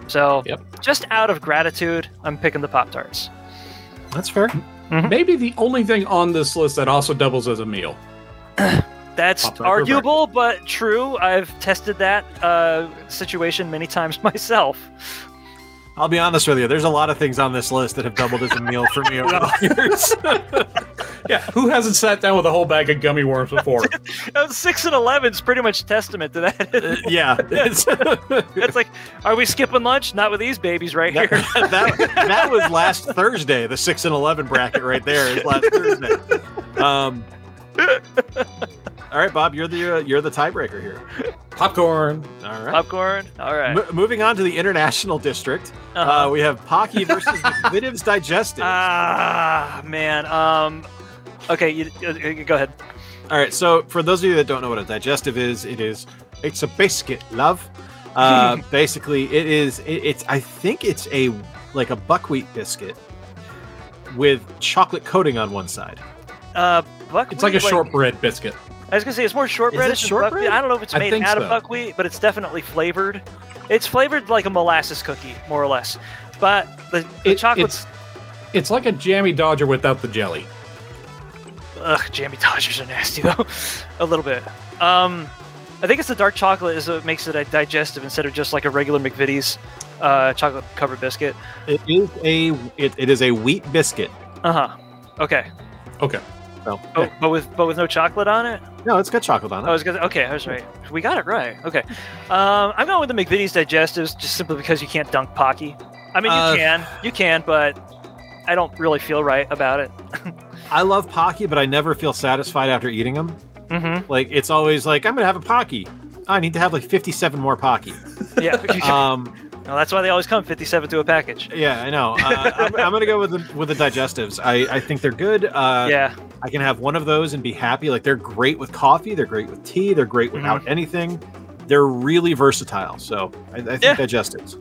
Speaker 2: So,
Speaker 4: Yep.
Speaker 2: just out of gratitude, I'm picking the Pop Tarts.
Speaker 3: That's fair.
Speaker 4: Maybe the only thing on this list that also doubles as a meal.
Speaker 2: That's
Speaker 4: Pop Tart for
Speaker 2: arguable, but true. I've tested that uh, situation many times myself.
Speaker 3: I'll be honest with you. There's a lot of things on this list that have doubled as a meal for me over the years.
Speaker 4: Yeah, who hasn't sat down with a whole bag of gummy worms before?
Speaker 2: Uh, six and eleven is pretty much testament to
Speaker 3: Uh,
Speaker 2: that.
Speaker 3: yeah, it's,
Speaker 2: it's like, are we skipping lunch? Not with these babies right
Speaker 3: That,
Speaker 2: here.
Speaker 3: that, that was last Thursday. The six and eleven bracket right there is last Thursday. Um, all right, Bob, you're the uh, you're the tiebreaker here.
Speaker 4: popcorn.
Speaker 3: All right.
Speaker 2: Popcorn. All right.
Speaker 3: Mo- moving on to the international district,
Speaker 2: Uh-huh.
Speaker 3: uh, we have Pocky versus the Vidiv's Digestive.
Speaker 2: Ah, man. Um. Okay, you, uh, uh, go ahead.
Speaker 3: All right. So, for those of you that don't know what a digestive is, it is it's a biscuit, love. Uh, basically, it is it, it's I think it's a like a buckwheat biscuit with chocolate coating on one side.
Speaker 2: Uh, buckwheat.
Speaker 4: It's like a shortbread biscuit.
Speaker 2: I was gonna say it's more shortbread.
Speaker 3: it
Speaker 2: than
Speaker 3: shortbread?
Speaker 2: buckwheat. I don't know if it's
Speaker 4: I
Speaker 2: made
Speaker 4: think
Speaker 2: out of
Speaker 4: so.
Speaker 2: buckwheat, but it's definitely flavored. It's flavored like a molasses cookie, more or less. But the, the
Speaker 4: It-
Speaker 2: chocolate's
Speaker 4: It's like a jammy dodger without the jelly.
Speaker 2: ugh, jammy dodgers are nasty though, a little bit. Um, I think it's the dark chocolate is what makes it a digestive instead of just like a regular McVitie's uh, chocolate covered biscuit.
Speaker 3: It is a it, it is a wheat biscuit.
Speaker 2: Uh huh. Okay.
Speaker 4: Okay.
Speaker 3: Well,
Speaker 2: Oh, but with but with no chocolate on it.
Speaker 3: no, it's got chocolate on it.
Speaker 2: I was gonna. Okay, I was right. We got it right. Okay. Um, I'm going with the McVitie's digestives just simply because you can't dunk Pocky. I mean, you
Speaker 3: Uh,
Speaker 2: can, you can, but I don't really feel right about it.
Speaker 3: I love Pocky, but I never feel satisfied after eating them.
Speaker 2: Mm-hmm.
Speaker 3: Like it's always like I'm gonna have a Pocky. I need to have like 57 more Pocky.
Speaker 2: Yeah.
Speaker 4: Uh.
Speaker 3: Um,
Speaker 2: Well, that's why they always come 57 to a package.
Speaker 3: yeah, I know. Uh, I'm, I'm gonna go with the with the digestives. I, I think they're good. Uh,
Speaker 2: yeah.
Speaker 3: I can have one of those and be happy. Like they're great with coffee. They're great with tea. They're great without
Speaker 2: Mm-hmm.
Speaker 3: anything. They're really versatile. So I, I think
Speaker 2: Yeah.
Speaker 3: digestives.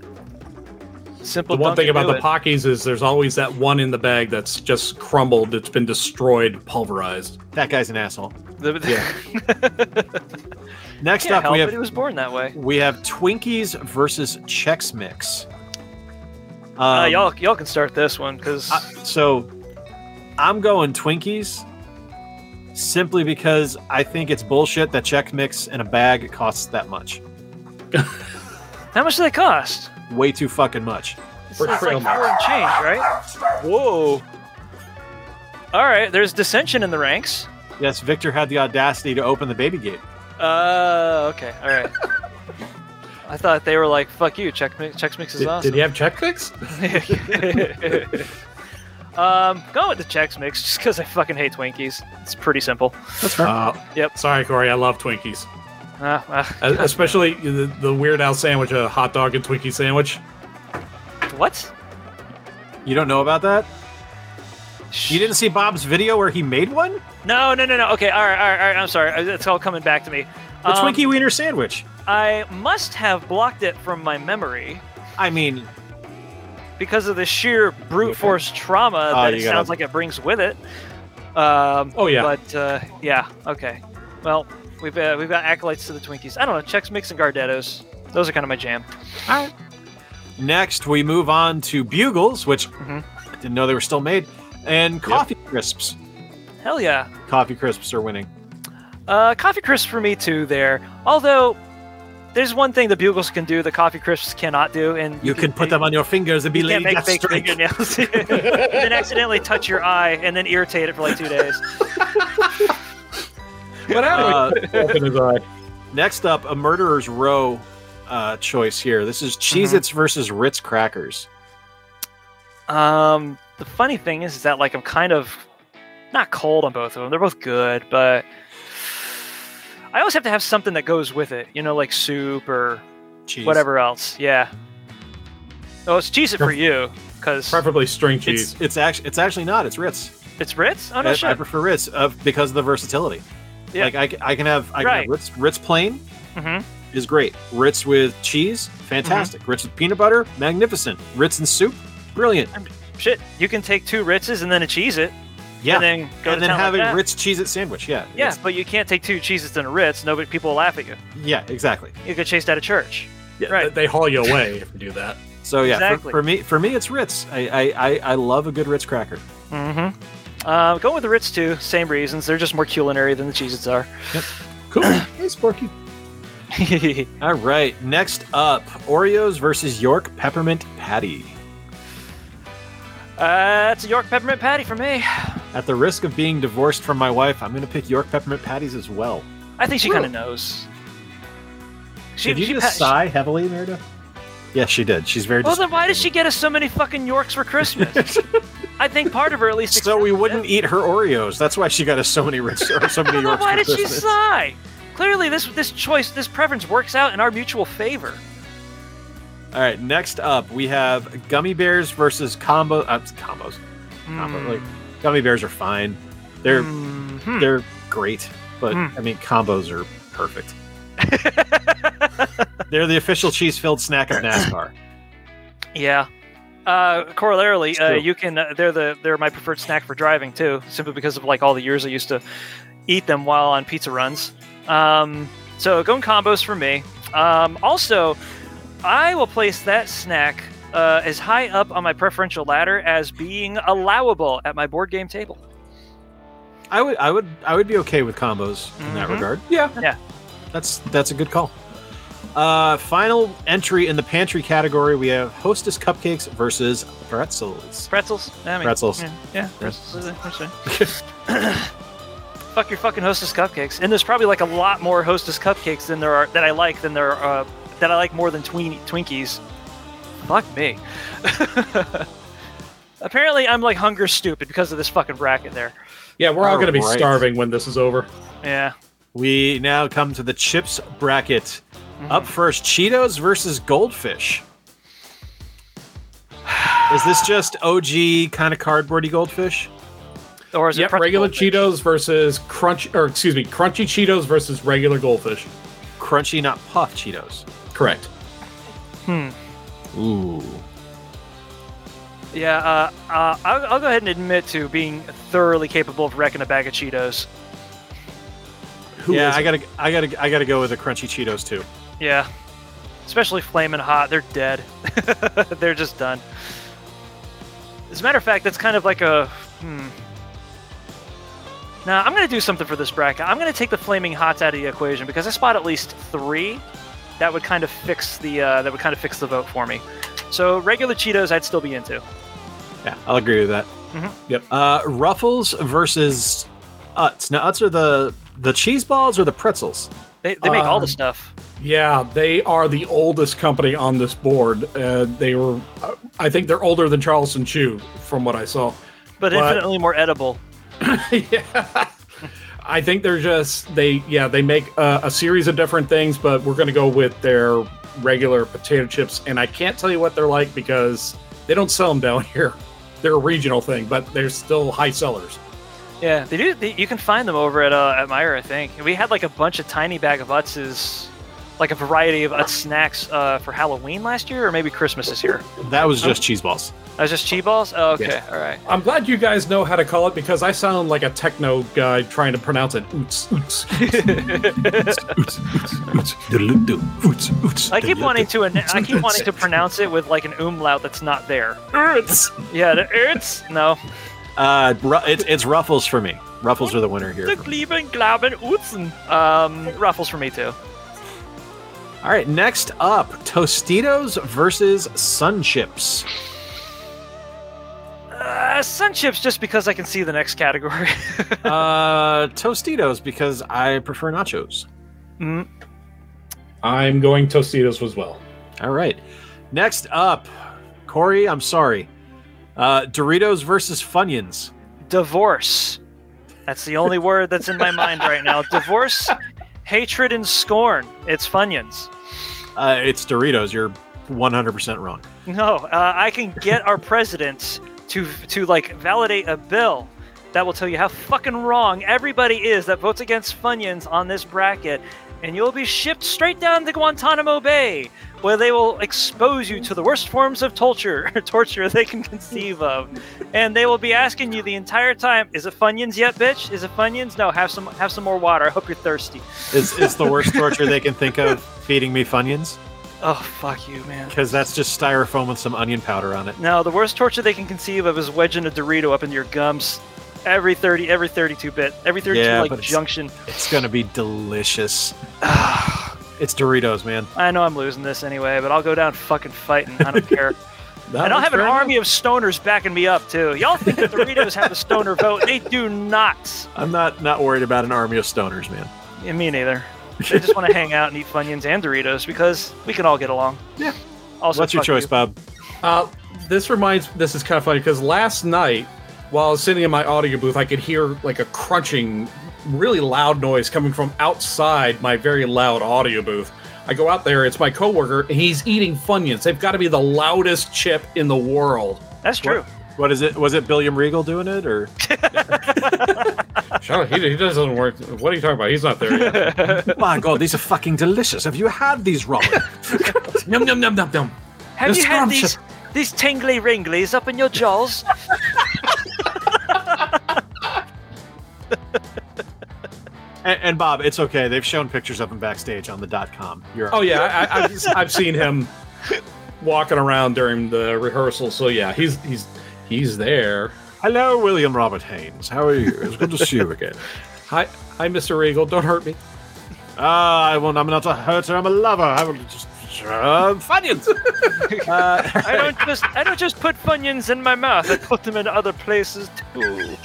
Speaker 2: Simple.
Speaker 4: The one
Speaker 2: dunk
Speaker 4: thing
Speaker 2: and
Speaker 4: about
Speaker 2: do
Speaker 4: the
Speaker 2: it.
Speaker 4: Pockies is there's always that one in the bag that's just crumbled, it's been destroyed, pulverized.
Speaker 3: That guy's an asshole.
Speaker 2: The, the,
Speaker 3: Yeah. Next
Speaker 2: can't
Speaker 3: up,
Speaker 2: help
Speaker 3: we have
Speaker 2: it. He was born that way.
Speaker 3: We have Twinkies versus Chex Mix.
Speaker 2: uh,
Speaker 3: Um,
Speaker 2: y'all, y'all can start this one because
Speaker 3: I, so I'm going Twinkies simply because I think it's bullshit that check mix in a bag costs that much.
Speaker 2: how much do they cost?
Speaker 3: Way too fucking much.
Speaker 2: It's,
Speaker 4: For
Speaker 2: it's like
Speaker 4: trail mix.
Speaker 2: foreign change, right? Whoa. All right, there's dissension in the ranks.
Speaker 3: Yes, Victor had the audacity to open the baby gate.
Speaker 2: Uh, okay, all right. I thought they were like, "Fuck you, check mix, Chex Mix is
Speaker 4: Did,
Speaker 2: awesome."
Speaker 4: did you have check fix?
Speaker 2: um, go with the Chex Mix just because I fucking hate Twinkies. It's pretty simple.
Speaker 4: That's fair.
Speaker 2: Yep.
Speaker 4: Uh, Sorry, Corey. I love Twinkies,
Speaker 2: Uh, uh,
Speaker 4: Uh, especially the, the Weird Al sandwich, a hot dog and Twinkie sandwich.
Speaker 2: what?
Speaker 3: You don't know about that? You didn't see Bob's video where he made one?
Speaker 2: No, no, no, no. Okay, all right, all right, all right. I'm sorry. Uh, It's all coming back to me.
Speaker 3: The
Speaker 2: Um,
Speaker 3: Twinkie Wiener sandwich.
Speaker 2: I must have blocked it from my memory
Speaker 3: I mean,
Speaker 2: because of the sheer brute force trauma
Speaker 3: Oh,
Speaker 2: that it
Speaker 3: you gotta-
Speaker 2: sounds like it brings with it. Um,
Speaker 4: Oh, yeah.
Speaker 2: But uh, yeah, okay. Well, we've uh, we've got acolytes to the Twinkies. I don't know. Chex Mix and Gardettos. Those are kind of my jam.
Speaker 3: next we move on to Bugles, which
Speaker 2: Mhm.
Speaker 3: I didn't know they were still made, and Coffee Crisps.
Speaker 2: Hell yeah.
Speaker 3: Coffee Crisps are winning.
Speaker 2: Uh, coffee crisps for me too. There, although there's one thing the bugles can do, the coffee crisps cannot do, and
Speaker 3: You can put them on your fingers and be
Speaker 2: You can't
Speaker 3: Lady
Speaker 2: make fake
Speaker 3: Deathstrike.
Speaker 2: fingernails. then accidentally touch your eye and then irritate it for like two days.
Speaker 4: What
Speaker 3: Uh,
Speaker 4: happened? Open his eye.
Speaker 3: Next up, a murderer's row uh, choice here. This is Cheez Its
Speaker 2: Mm-hmm.
Speaker 3: versus Ritz crackers.
Speaker 2: Um, the funny thing is, is that like I'm kind of not cold on both of them. They're both good, but I always have to have something that goes with it. You know, like soup or
Speaker 3: Cheese.
Speaker 2: whatever else. Yeah. Oh, it's cheese it for you because
Speaker 4: Preferably string cheese.
Speaker 3: It's, it's actually it's actually not. It's Ritz.
Speaker 2: it's Ritz. Oh no,
Speaker 3: I,
Speaker 2: shit.
Speaker 3: I prefer Ritz uh, because of the versatility.
Speaker 2: Yeah.
Speaker 3: Like I, c- I can have I can
Speaker 2: Right.
Speaker 3: have Ritz Ritz plain
Speaker 2: hmm
Speaker 3: is great. Ritz with cheese, fantastic.
Speaker 2: Mm-hmm.
Speaker 3: Ritz with peanut butter, magnificent. Ritz and soup, brilliant.
Speaker 2: Shit, you can take two Ritzes and then a cheese it,
Speaker 3: Yeah.
Speaker 2: and then go
Speaker 3: and
Speaker 2: to
Speaker 3: then
Speaker 2: town
Speaker 3: have
Speaker 2: like
Speaker 3: a
Speaker 2: that.
Speaker 3: Ritz cheese it sandwich. Yeah.
Speaker 2: Yeah,
Speaker 3: It's-
Speaker 2: but you can't take two cheeses and a Ritz. Nobody, people will laugh at you.
Speaker 3: yeah. Exactly.
Speaker 2: You get chased out of church.
Speaker 4: Yeah,
Speaker 2: right.
Speaker 4: th- They haul you away if you do that.
Speaker 3: So yeah, for-
Speaker 2: Exactly.
Speaker 3: for, me for me it's Ritz. I, I I I love a good Ritz cracker.
Speaker 2: Mm-hmm. Uh, going with the Ritz too. Same reasons. They're just more culinary than the cheeses are.
Speaker 4: Cool. hey, Sparky.
Speaker 3: All right. Next up, Oreos versus York peppermint patty.
Speaker 2: uh, it's a York peppermint patty for me.
Speaker 3: At the risk of being divorced from my wife, I'm going to pick York peppermint patties as well.
Speaker 2: I think she
Speaker 3: Really?
Speaker 2: kind of knows. She,
Speaker 3: Did you
Speaker 2: she
Speaker 3: just
Speaker 2: pa-
Speaker 3: sigh heavily, Merida? Yes, she did. She's very.
Speaker 2: well,
Speaker 3: dis-
Speaker 2: then why did she get us so many fucking Yorks for Christmas? I think part of her at least.
Speaker 3: so
Speaker 2: accepted
Speaker 3: we
Speaker 2: it.
Speaker 3: wouldn't eat her Oreos. That's why she got us so many Ritz or so many
Speaker 2: Well,
Speaker 3: Yorks
Speaker 2: then why
Speaker 3: for
Speaker 2: did she
Speaker 3: Christmas.
Speaker 2: sigh? Clearly, this this choice, this preference works out in our mutual favor.
Speaker 3: All right. Next up, we have gummy bears versus combo uh, combos. Combo,
Speaker 2: Mm.
Speaker 3: Like gummy bears are fine. They're
Speaker 2: Mhm.
Speaker 3: they're great, but
Speaker 2: Hmm.
Speaker 3: I mean combos are perfect. they're the official cheese-filled snack of NASCAR.
Speaker 2: yeah. Uh, corollarily,
Speaker 3: It's
Speaker 2: uh,
Speaker 3: true.
Speaker 2: you can. Uh, they're the they're my preferred snack for driving too, simply because of like all the years I used to eat them while on pizza runs. Um, so going combos for me. Um, also, I will place that snack uh, as high up on my preferential ladder as being allowable at my board game table.
Speaker 3: I would, I would, I would be okay with combos in that
Speaker 2: Mhm.
Speaker 3: regard.
Speaker 4: Yeah.
Speaker 2: Yeah.
Speaker 3: that's that's a good call. Uh, final entry in the pantry category, we have Hostess cupcakes versus pretzels.
Speaker 2: Pretzels. I mean,
Speaker 3: Pretzels.
Speaker 2: Yeah, yeah pretzels. that's fine. Fuck your fucking Hostess cupcakes. And there's probably like a lot more Hostess cupcakes than there are that I like than there are uh, that I like more than tween- Twinkies. Fuck me. Apparently, I'm like hunger stupid because of this fucking bracket there.
Speaker 4: Yeah, we're all, going to be
Speaker 3: Alright.
Speaker 4: starving when this is over.
Speaker 2: Yeah.
Speaker 3: We now come to the chips bracket. Up first, Cheetos versus Goldfish. Is this just OG kind of cardboardy goldfish?
Speaker 2: Or is it
Speaker 4: Yep,
Speaker 2: pretzel
Speaker 4: regular
Speaker 2: goldfish?
Speaker 4: Cheetos versus crunch, or excuse me, crunchy Cheetos versus regular goldfish.
Speaker 3: Crunchy, not puff Cheetos.
Speaker 4: Correct.
Speaker 2: Hmm.
Speaker 3: Ooh.
Speaker 2: Yeah. Uh, uh, I'll, I'll go ahead and admit to being thoroughly capable of wrecking a bag of Cheetos.
Speaker 4: Who
Speaker 3: yeah,
Speaker 4: is
Speaker 3: I gotta, I gotta, I gotta go with the crunchy Cheetos too.
Speaker 2: Yeah. Especially flaming hot. They're dead. They're just done. As a matter of fact, that's kind of like a. Hmm. Now I'm going to do something for this bracket. I'm going to take the flaming hots out of the equation because I spot at least three. That would kind of fix the uh, that would kind of fix the vote for me. So regular Cheetos, I'd still be into.
Speaker 3: Yeah, I'll agree with that.
Speaker 2: Mhm.
Speaker 4: Yep.
Speaker 3: Uh, Ruffles versus Utz. Now, Utz are the the cheese balls or the pretzels.
Speaker 2: They, they make all the
Speaker 4: Um,
Speaker 2: stuff.
Speaker 4: Yeah, they are the oldest company on this board. Uh, they were, I think they're older than Charleston Chew, from what I saw.
Speaker 2: but
Speaker 4: What?
Speaker 2: infinitely more edible.
Speaker 4: yeah. I think they're just they yeah they make uh, a series of different things, but we're gonna go with their regular potato chips, and I can't tell you what they're like because they don't sell them down here. They're a regional thing, but they're still high sellers.
Speaker 2: Yeah, they do. They, you can find them over at uh, at Meyer, I think. And we had like a bunch of tiny bag of Utz's, like a variety of Utz snacks uh, for Halloween last year, or maybe Christmas this year.
Speaker 3: That was just cheese balls.
Speaker 2: That was just cheese balls. Oh, okay,
Speaker 3: Yes.
Speaker 2: all right.
Speaker 4: I'm glad you guys know how to call it because I sound like a techno guy trying to pronounce it. Oots, oots,
Speaker 2: I keep wanting to an- I keep wanting to pronounce it with like an umlaut that's not there.
Speaker 4: oots.
Speaker 2: Yeah, the Erz. No,
Speaker 3: Uh, Ru- it's it's Ruffles for me. Ruffles are the winner here.
Speaker 2: the
Speaker 3: for me.
Speaker 2: Gleben Glaben Utzen. Um, ruffles for me too.
Speaker 3: All right, next up, Tostitos versus Sun Chips.
Speaker 2: Uh, sun chips, just because I can see the next category.
Speaker 3: Uh, Tostitos because I prefer nachos.
Speaker 2: Mm,
Speaker 4: I'm going Tostitos as well.
Speaker 3: All right, next up, Corey. I'm sorry. Uh, Doritos versus Funyuns.
Speaker 2: divorce. That's the only word that's in my mind right now. Divorce, hatred, and scorn. It's Funyuns.
Speaker 3: Uh, it's Doritos. You're 100% wrong.
Speaker 2: No, uh, I can get our president to to like validate a bill that will tell you how fucking wrong everybody is that votes against Funyuns on this bracket, and you'll be shipped straight down to Guantanamo Bay, where they will expose you to the worst forms of torture torture they can conceive of, and they will be asking you the entire time, "Is it Funyuns yet, bitch? Is it Funyuns? No, have some have some more water. I hope you're thirsty."
Speaker 3: It's, it's the worst torture they can think of feeding me Funyuns
Speaker 2: Oh fuck you, man.
Speaker 3: because that's just styrofoam with some onion powder on it.
Speaker 2: No, the worst torture they can conceive of is wedging a Dorito up into your gums every 30, every 32 bit, every 32
Speaker 3: Yeah, but
Speaker 2: like
Speaker 3: it's-
Speaker 2: junction.
Speaker 3: It's going to be delicious. it's Doritos, man.
Speaker 2: I know I'm losing this anyway, but I'll go down fucking fighting. I don't care. and I'll have an army of stoners backing me up too. Y'all think that Doritos have a stoner vote? They do not.
Speaker 3: I'm not not worried about an army of stoners, man.
Speaker 2: Yeah, me neither. They just want to hang out and eat Funyuns and Doritos because we can all get along.
Speaker 3: Yeah.
Speaker 2: Also,
Speaker 3: What's your
Speaker 2: fuck
Speaker 3: choice,
Speaker 2: you.
Speaker 3: Bob?
Speaker 4: Uh, this reminds. This is kind of funny because last night, while I was sitting in my audio booth, I could hear like a crunching, really loud noise coming from outside my very loud audio booth. I go out there. It's my coworker, and he's eating Funyuns. They've got to be the loudest chip in the world.
Speaker 2: That's true.
Speaker 3: What is it? Was it Billiam Regal doing it, or
Speaker 4: Shut up. He, he doesn't work. What are you talking about? He's not there yet.
Speaker 3: my God, these are fucking delicious. Have you had these, Robin?
Speaker 4: num num num num num.
Speaker 2: Have
Speaker 4: The
Speaker 2: you had
Speaker 4: scrumptious-
Speaker 2: these these tingly ringlies up in your jaws?
Speaker 3: and, and Bob, it's okay. They've shown pictures of him backstage on the dot .com. You're
Speaker 4: Oh yeah, I, I, I've, I've seen him walking around during the rehearsal. So yeah, he's he's he's there.
Speaker 3: hello, William Robert Haynes. How are you? It's good to see you again.
Speaker 4: Hi, hi, Mr. Regal. Don't hurt me.
Speaker 3: Ah, I won't. I'm not a hurter. I'm a lover. I will just. Uh, Funyuns. uh,
Speaker 2: I don't just I don't just put funyuns in my mouth. I put them in other places too.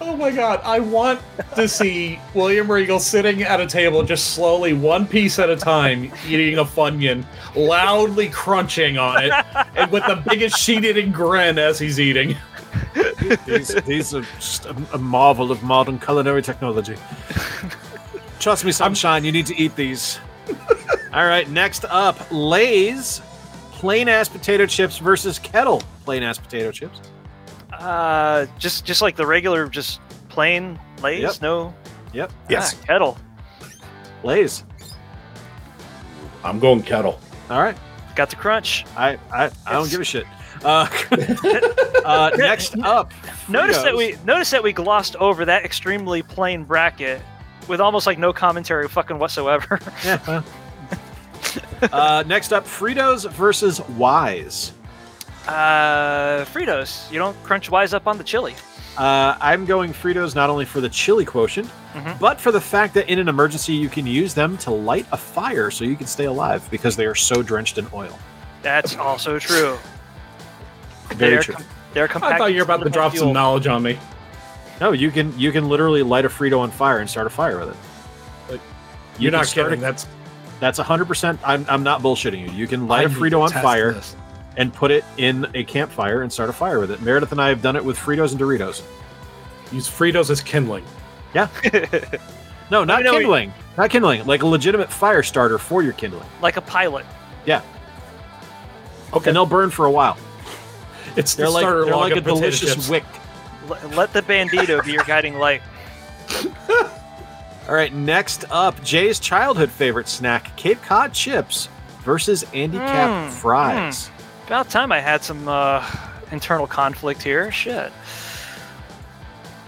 Speaker 4: Oh my god, I want to see William Regal sitting at a table, just slowly, one piece at a time, eating a Funyun, loudly crunching on it, and with the biggest sheet eating grin as he's eating.
Speaker 3: these, these are just a, a marvel of modern culinary technology. Trust me, sunshine. You need to eat these. All right. Next up, Lay's plain ass potato chips versus kettle plain ass potato chips.
Speaker 2: Uh, just just like the regular, just plain lays.
Speaker 3: Yep.
Speaker 2: No,
Speaker 3: Yep.
Speaker 2: ah, kettle.
Speaker 3: Lay's.
Speaker 4: I'm going kettle.
Speaker 3: All right.
Speaker 2: Got the crunch.
Speaker 3: I I, I don't give a shit. Uh, uh, next up,
Speaker 2: Notice that
Speaker 3: Fritos.
Speaker 2: we notice that we glossed over that extremely plain bracket with almost like no commentary, fucking whatsoever.
Speaker 3: uh, next up, Fritos versus Wise.
Speaker 2: Uh, Fritos. You don't crunch wise up on the chili.
Speaker 3: Uh, I'm going Fritos not only for the chili quotient,
Speaker 2: Mhm.
Speaker 4: Mm-hmm.
Speaker 3: but for the fact that in an emergency you can use them to light a fire so you can stay alive because they are so drenched in oil.
Speaker 2: That's also true.
Speaker 3: Very
Speaker 2: they're
Speaker 3: true.
Speaker 2: com- they're compact.
Speaker 4: I thought you were about to drop some knowledge on me.
Speaker 3: No, you can you can literally light a Frito on fire and start a fire with it.
Speaker 4: Like,
Speaker 3: You
Speaker 4: You're
Speaker 3: can
Speaker 4: not
Speaker 3: start
Speaker 4: kidding.
Speaker 3: A,
Speaker 4: That's
Speaker 3: that's 100%. I'm, I'm not bullshitting you. You can light
Speaker 4: I
Speaker 3: a
Speaker 4: need
Speaker 3: Frito
Speaker 4: to
Speaker 3: on
Speaker 4: test
Speaker 3: fire
Speaker 4: this.
Speaker 3: and put it in a campfire and start a fire with it. Meredith and I have done it with Fritos and Doritos.
Speaker 4: Use Fritos as kindling.
Speaker 3: No, not
Speaker 2: know we-
Speaker 3: kindling. Not kindling. Like a legitimate fire starter for your kindling.
Speaker 2: like a pilot.
Speaker 3: And they'll burn for a while.
Speaker 4: It's
Speaker 3: They're
Speaker 4: the
Speaker 3: like
Speaker 4: starter
Speaker 3: they're
Speaker 4: log
Speaker 3: like a
Speaker 4: of potato
Speaker 3: delicious
Speaker 4: chips.
Speaker 3: wick.
Speaker 2: L- let the bandito be your guiding light.
Speaker 3: All right, next up, Jay's childhood favorite snack, Cape Cod chips versus Andy Cap
Speaker 2: Mm,
Speaker 3: fries.
Speaker 2: About time I had some uh, internal conflict here. Shit.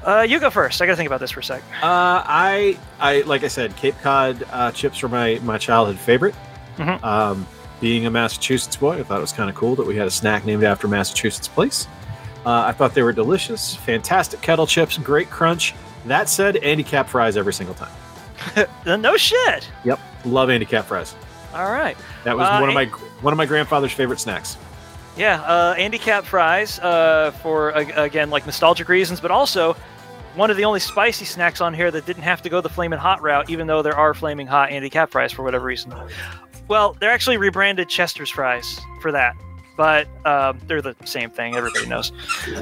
Speaker 2: Uh, you go first. I gotta think about this for a sec.
Speaker 3: Uh, I, I like I said, Cape Cod uh, chips were my my childhood favorite.
Speaker 2: Mhm.
Speaker 3: Um, being a Massachusetts boy, I thought it was kind of cool that we had a snack named after Massachusetts place. Uh, I thought they were delicious, fantastic kettle chips, great crunch. That said, Andy Cap fries every single time.
Speaker 2: Uh, No shit.
Speaker 3: Yep, love Andy Cap fries.
Speaker 2: All right.
Speaker 3: That was
Speaker 2: Uh,
Speaker 3: one of my one of my grandfather's favorite snacks.
Speaker 2: Yeah, uh, Andy Cap fries uh, for ag- again like nostalgic reasons, but also one of the only spicy snacks on here that didn't have to go the flaming hot route, even though there are flaming hot Andy Cap fries for whatever reason. Well, they're actually rebranded Chester's fries for that, but um, they're the same thing. Everybody knows.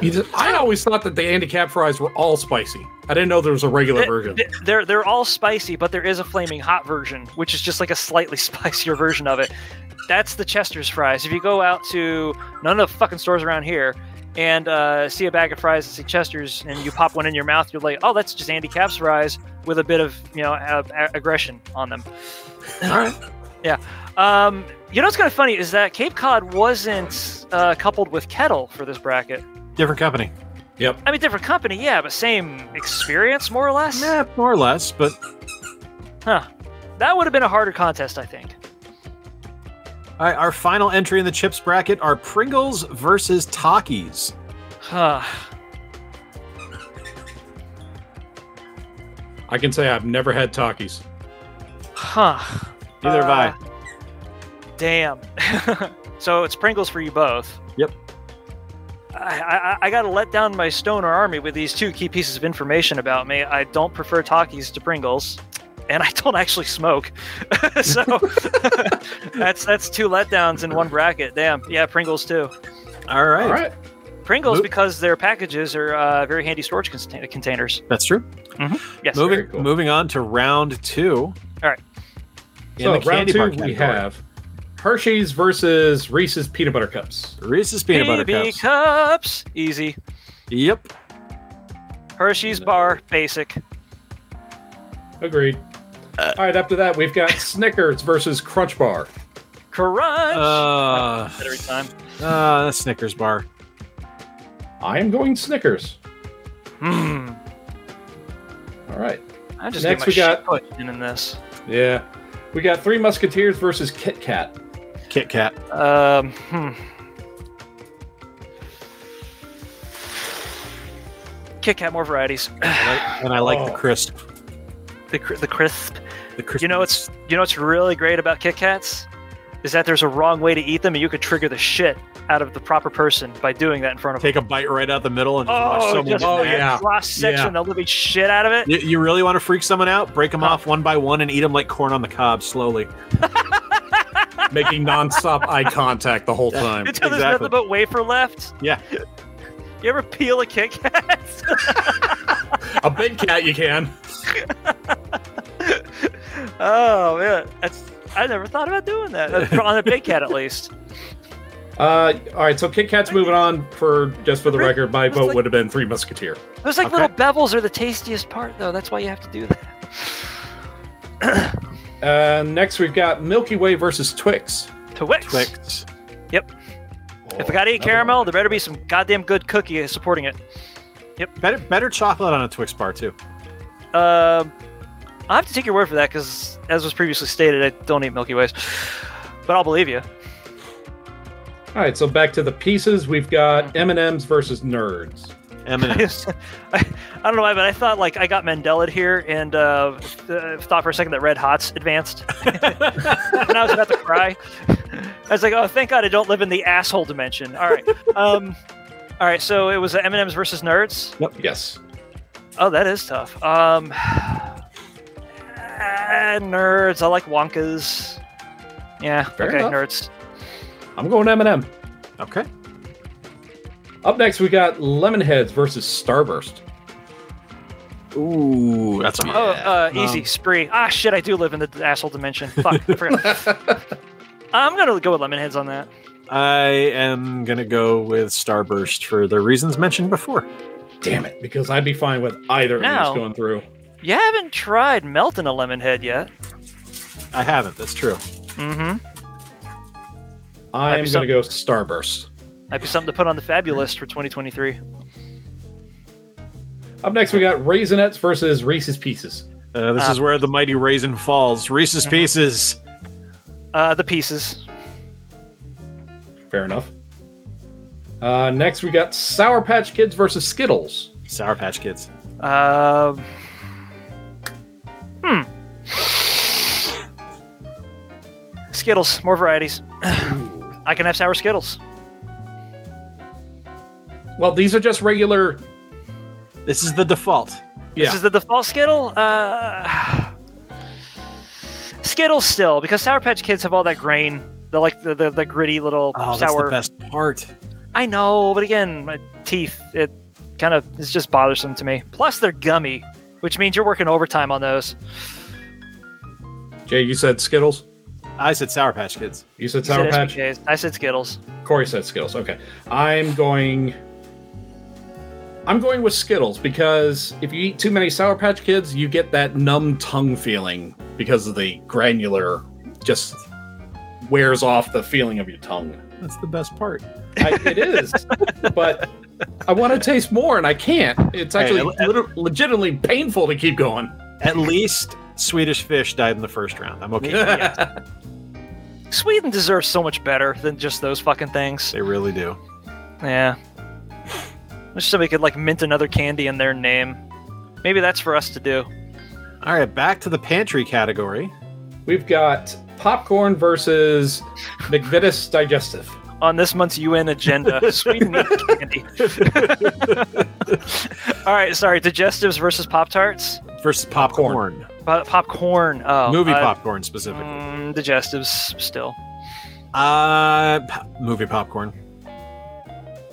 Speaker 4: You just- I always thought that the handicap fries were all spicy. I didn't know there was a regular
Speaker 2: Th-
Speaker 4: version.
Speaker 2: th- They're they're all spicy, but there is a flaming hot version, which is just like a slightly spicier version of it. That's the Chester's fries. If you go out to none of the fucking stores around here and uh, see a bag of fries that say Chester's, and you pop one in your mouth, you're like, oh, that's just Andy Cap's fries with a bit of you know a- a- aggression on them.
Speaker 4: All right.
Speaker 2: Um, you know what's kind of funny is that Cape Cod wasn't uh, coupled with kettle for this bracket.
Speaker 3: Different company.
Speaker 2: I mean, different company, yeah, but same experience more or less.
Speaker 3: Yeah, more or less, but
Speaker 2: Huh. That would have been a harder contest, I think.
Speaker 3: All right, our final entry in the chips bracket are Pringles versus Takis.
Speaker 2: Huh.
Speaker 4: I can say I've never had Takis.
Speaker 2: Huh.
Speaker 3: Neither have I.
Speaker 2: Uh, Damn. so it's Pringles for you both.
Speaker 3: Yep.
Speaker 2: I, I, I got to let down my stoner army with these two key pieces of information about me. I don't prefer talkies to Pringles, and I don't actually smoke. so that's that's two letdowns in one bracket. Damn. Yeah, Pringles too.
Speaker 3: All right.
Speaker 4: All right.
Speaker 2: Pringles
Speaker 3: Mo-
Speaker 2: because their packages are uh, very handy storage contain- containers.
Speaker 3: That's true.
Speaker 2: Yes.
Speaker 3: moving
Speaker 4: very cool.
Speaker 3: moving on to round two.
Speaker 2: All right.
Speaker 3: In
Speaker 4: So
Speaker 3: the
Speaker 4: round
Speaker 3: candy
Speaker 4: two,
Speaker 3: bar
Speaker 4: we
Speaker 3: category,
Speaker 4: have Hershey's versus Reese's peanut butter cups.
Speaker 3: Reese's peanut butter
Speaker 2: BB
Speaker 3: cups.
Speaker 2: cups. Easy.
Speaker 3: Yep.
Speaker 2: Hershey's bar, basic.
Speaker 4: Agreed.
Speaker 2: Uh.
Speaker 4: All right. After that, we've got Snickers versus Crunch Bar.
Speaker 2: Crunch.
Speaker 3: Uh,
Speaker 2: every time.
Speaker 3: uh, Snickers bar.
Speaker 4: I am going Snickers.
Speaker 2: Hmm.
Speaker 4: All right.
Speaker 2: I just get my
Speaker 4: Next we got-
Speaker 2: shit put in, in this.
Speaker 4: Yeah. We got Three Musketeers versus Kit Kat.
Speaker 3: Kit Kat.
Speaker 2: Um. Hmm. Kit Kat, more varieties.
Speaker 3: And I like the
Speaker 4: Oh.
Speaker 3: crisp.
Speaker 2: the cr- the crisp.
Speaker 3: The crisp.
Speaker 2: You know
Speaker 3: it's
Speaker 2: what's you know what's really great about Kit Kats is that there's a wrong way to eat them, and you could trigger the shit out of the proper person by doing that in front of them.
Speaker 3: take a bite right out the middle and just watch
Speaker 2: Oh,
Speaker 3: someone.
Speaker 2: just
Speaker 4: Oh,
Speaker 3: snack.
Speaker 4: yeah.
Speaker 2: cross section the living shit out of it.
Speaker 3: You, you really want to freak someone out? Break them
Speaker 2: Huh.
Speaker 3: off one by one and eat them like corn on the cob slowly.
Speaker 4: making nonstop eye contact the whole time.
Speaker 2: Until there's
Speaker 3: Exactly.
Speaker 2: nothing but wafer left.
Speaker 3: Yeah.
Speaker 2: You ever peel a Kit Kat?
Speaker 4: A big cat, you can.
Speaker 2: Oh man, that's I never thought about doing that That's on a big cat at least.
Speaker 4: Uh, all right, so Kit Kat's moving on for just for the record. My
Speaker 2: It's
Speaker 4: vote
Speaker 2: like-
Speaker 4: would have been Three Musketeer.
Speaker 2: Those like
Speaker 3: Okay.
Speaker 2: little bevels are the tastiest part though. That's why you have to do that.
Speaker 4: Uh, next, we've got Milky Way versus Twix.
Speaker 2: Twix.
Speaker 3: Twix.
Speaker 2: If I gotta eat
Speaker 4: Another
Speaker 2: caramel, there better be some goddamn good cookie supporting it.
Speaker 3: Better better chocolate on a Twix bar too.
Speaker 2: Um, I have to take your word for that because, as was previously stated, I don't eat Milky Ways, but I'll believe you.
Speaker 4: All right, so back to the pieces. We've got
Speaker 2: Mm-hmm.
Speaker 4: M and M's versus nerds.
Speaker 3: Eminem.
Speaker 2: I, I don't know why, but I thought like I got Mandela here and uh, uh, thought for a second that Red Hot's advanced, and I was about to cry. I was like, "Oh, thank God I don't live in the asshole dimension." All right, um, all right. So it was M and M's versus Nerds.
Speaker 4: Yes.
Speaker 2: Oh, that is tough. Um, ah, nerds. I like Wonkas. Yeah.
Speaker 4: Fair
Speaker 2: okay.
Speaker 4: enough.
Speaker 2: Nerds.
Speaker 4: I'm going M and M.
Speaker 3: Okay.
Speaker 4: Up next, we got Lemonheads versus Starburst.
Speaker 3: Ooh, that's a
Speaker 2: Oh,
Speaker 3: hot.
Speaker 2: uh,
Speaker 3: Yeah,
Speaker 2: easy
Speaker 3: um,
Speaker 2: spree. Ah, shit! I do live in the asshole dimension. Fuck. I forgot. I'm gonna go with Lemonheads on that.
Speaker 3: I am gonna go with Starburst for the reasons mentioned before.
Speaker 4: Damn it, because I'd be fine with either of
Speaker 2: No.
Speaker 4: these going through.
Speaker 2: You haven't tried melting a lemon head yet.
Speaker 3: I haven't. That's true.
Speaker 2: Mm-hmm.
Speaker 4: I'm
Speaker 2: be
Speaker 4: going to go Starburst.
Speaker 2: Might be something to put on the fabulous for 2023.
Speaker 4: Up next, we got Raisinets versus Reese's Pieces.
Speaker 3: Uh, this
Speaker 2: Uh,
Speaker 3: is where the mighty raisin falls. Reese's
Speaker 2: Mm-hmm.
Speaker 3: Pieces.
Speaker 2: Uh, the pieces.
Speaker 4: Fair enough. Uh, next, we got Sour Patch Kids versus Skittles.
Speaker 3: Sour Patch Kids.
Speaker 2: Um hmm. Skittles, more varieties. I can have sour Skittles.
Speaker 4: Well, these are just regular.
Speaker 3: This is the default.
Speaker 4: Yeah.
Speaker 2: This is the default Skittle. Uh, Skittles still, because Sour Patch Kids have all that grain. The like the, the, the gritty little
Speaker 3: Oh, that's
Speaker 2: sour.
Speaker 3: the best part.
Speaker 2: I know, but again, my teeth, it kind of is just bothersome to me. Plus, they're gummy, which means you're working overtime on those.
Speaker 4: Jay, you said Skittles.
Speaker 3: I said Sour Patch Kids.
Speaker 4: You said
Speaker 2: You said
Speaker 4: Sour Patch.
Speaker 2: SPKs. I said Skittles.
Speaker 4: Corey said Skittles. Okay. I'm going. I'm going with Skittles because if you eat too many Sour Patch Kids, you get that numb tongue feeling because of the granular, just wears off the feeling of your tongue.
Speaker 3: That's the best part.
Speaker 4: I, it is, but I want to taste more and I can't. It's
Speaker 3: Hey,
Speaker 4: actually
Speaker 3: I-
Speaker 4: lit- legitimately painful to keep going.
Speaker 3: At least Swedish Fish died in the first round. I'm okay.
Speaker 2: Sweden deserves so much better than just those fucking things.
Speaker 3: they really do.
Speaker 2: Yeah. Wish somebody could like mint another candy in their name. Maybe that's for us to do.
Speaker 3: All right, back to the pantry category.
Speaker 4: We've got popcorn versus McVitie's digestive.
Speaker 2: on this month's UN agenda. Sweden eats candy. All right, sorry. Digestives versus Pop Tarts?
Speaker 3: Versus popcorn.
Speaker 2: Pop- popcorn. Oh,
Speaker 3: movie
Speaker 2: uh,
Speaker 3: popcorn specifically.
Speaker 2: mm, digestives still.
Speaker 3: Uh, p- movie popcorn.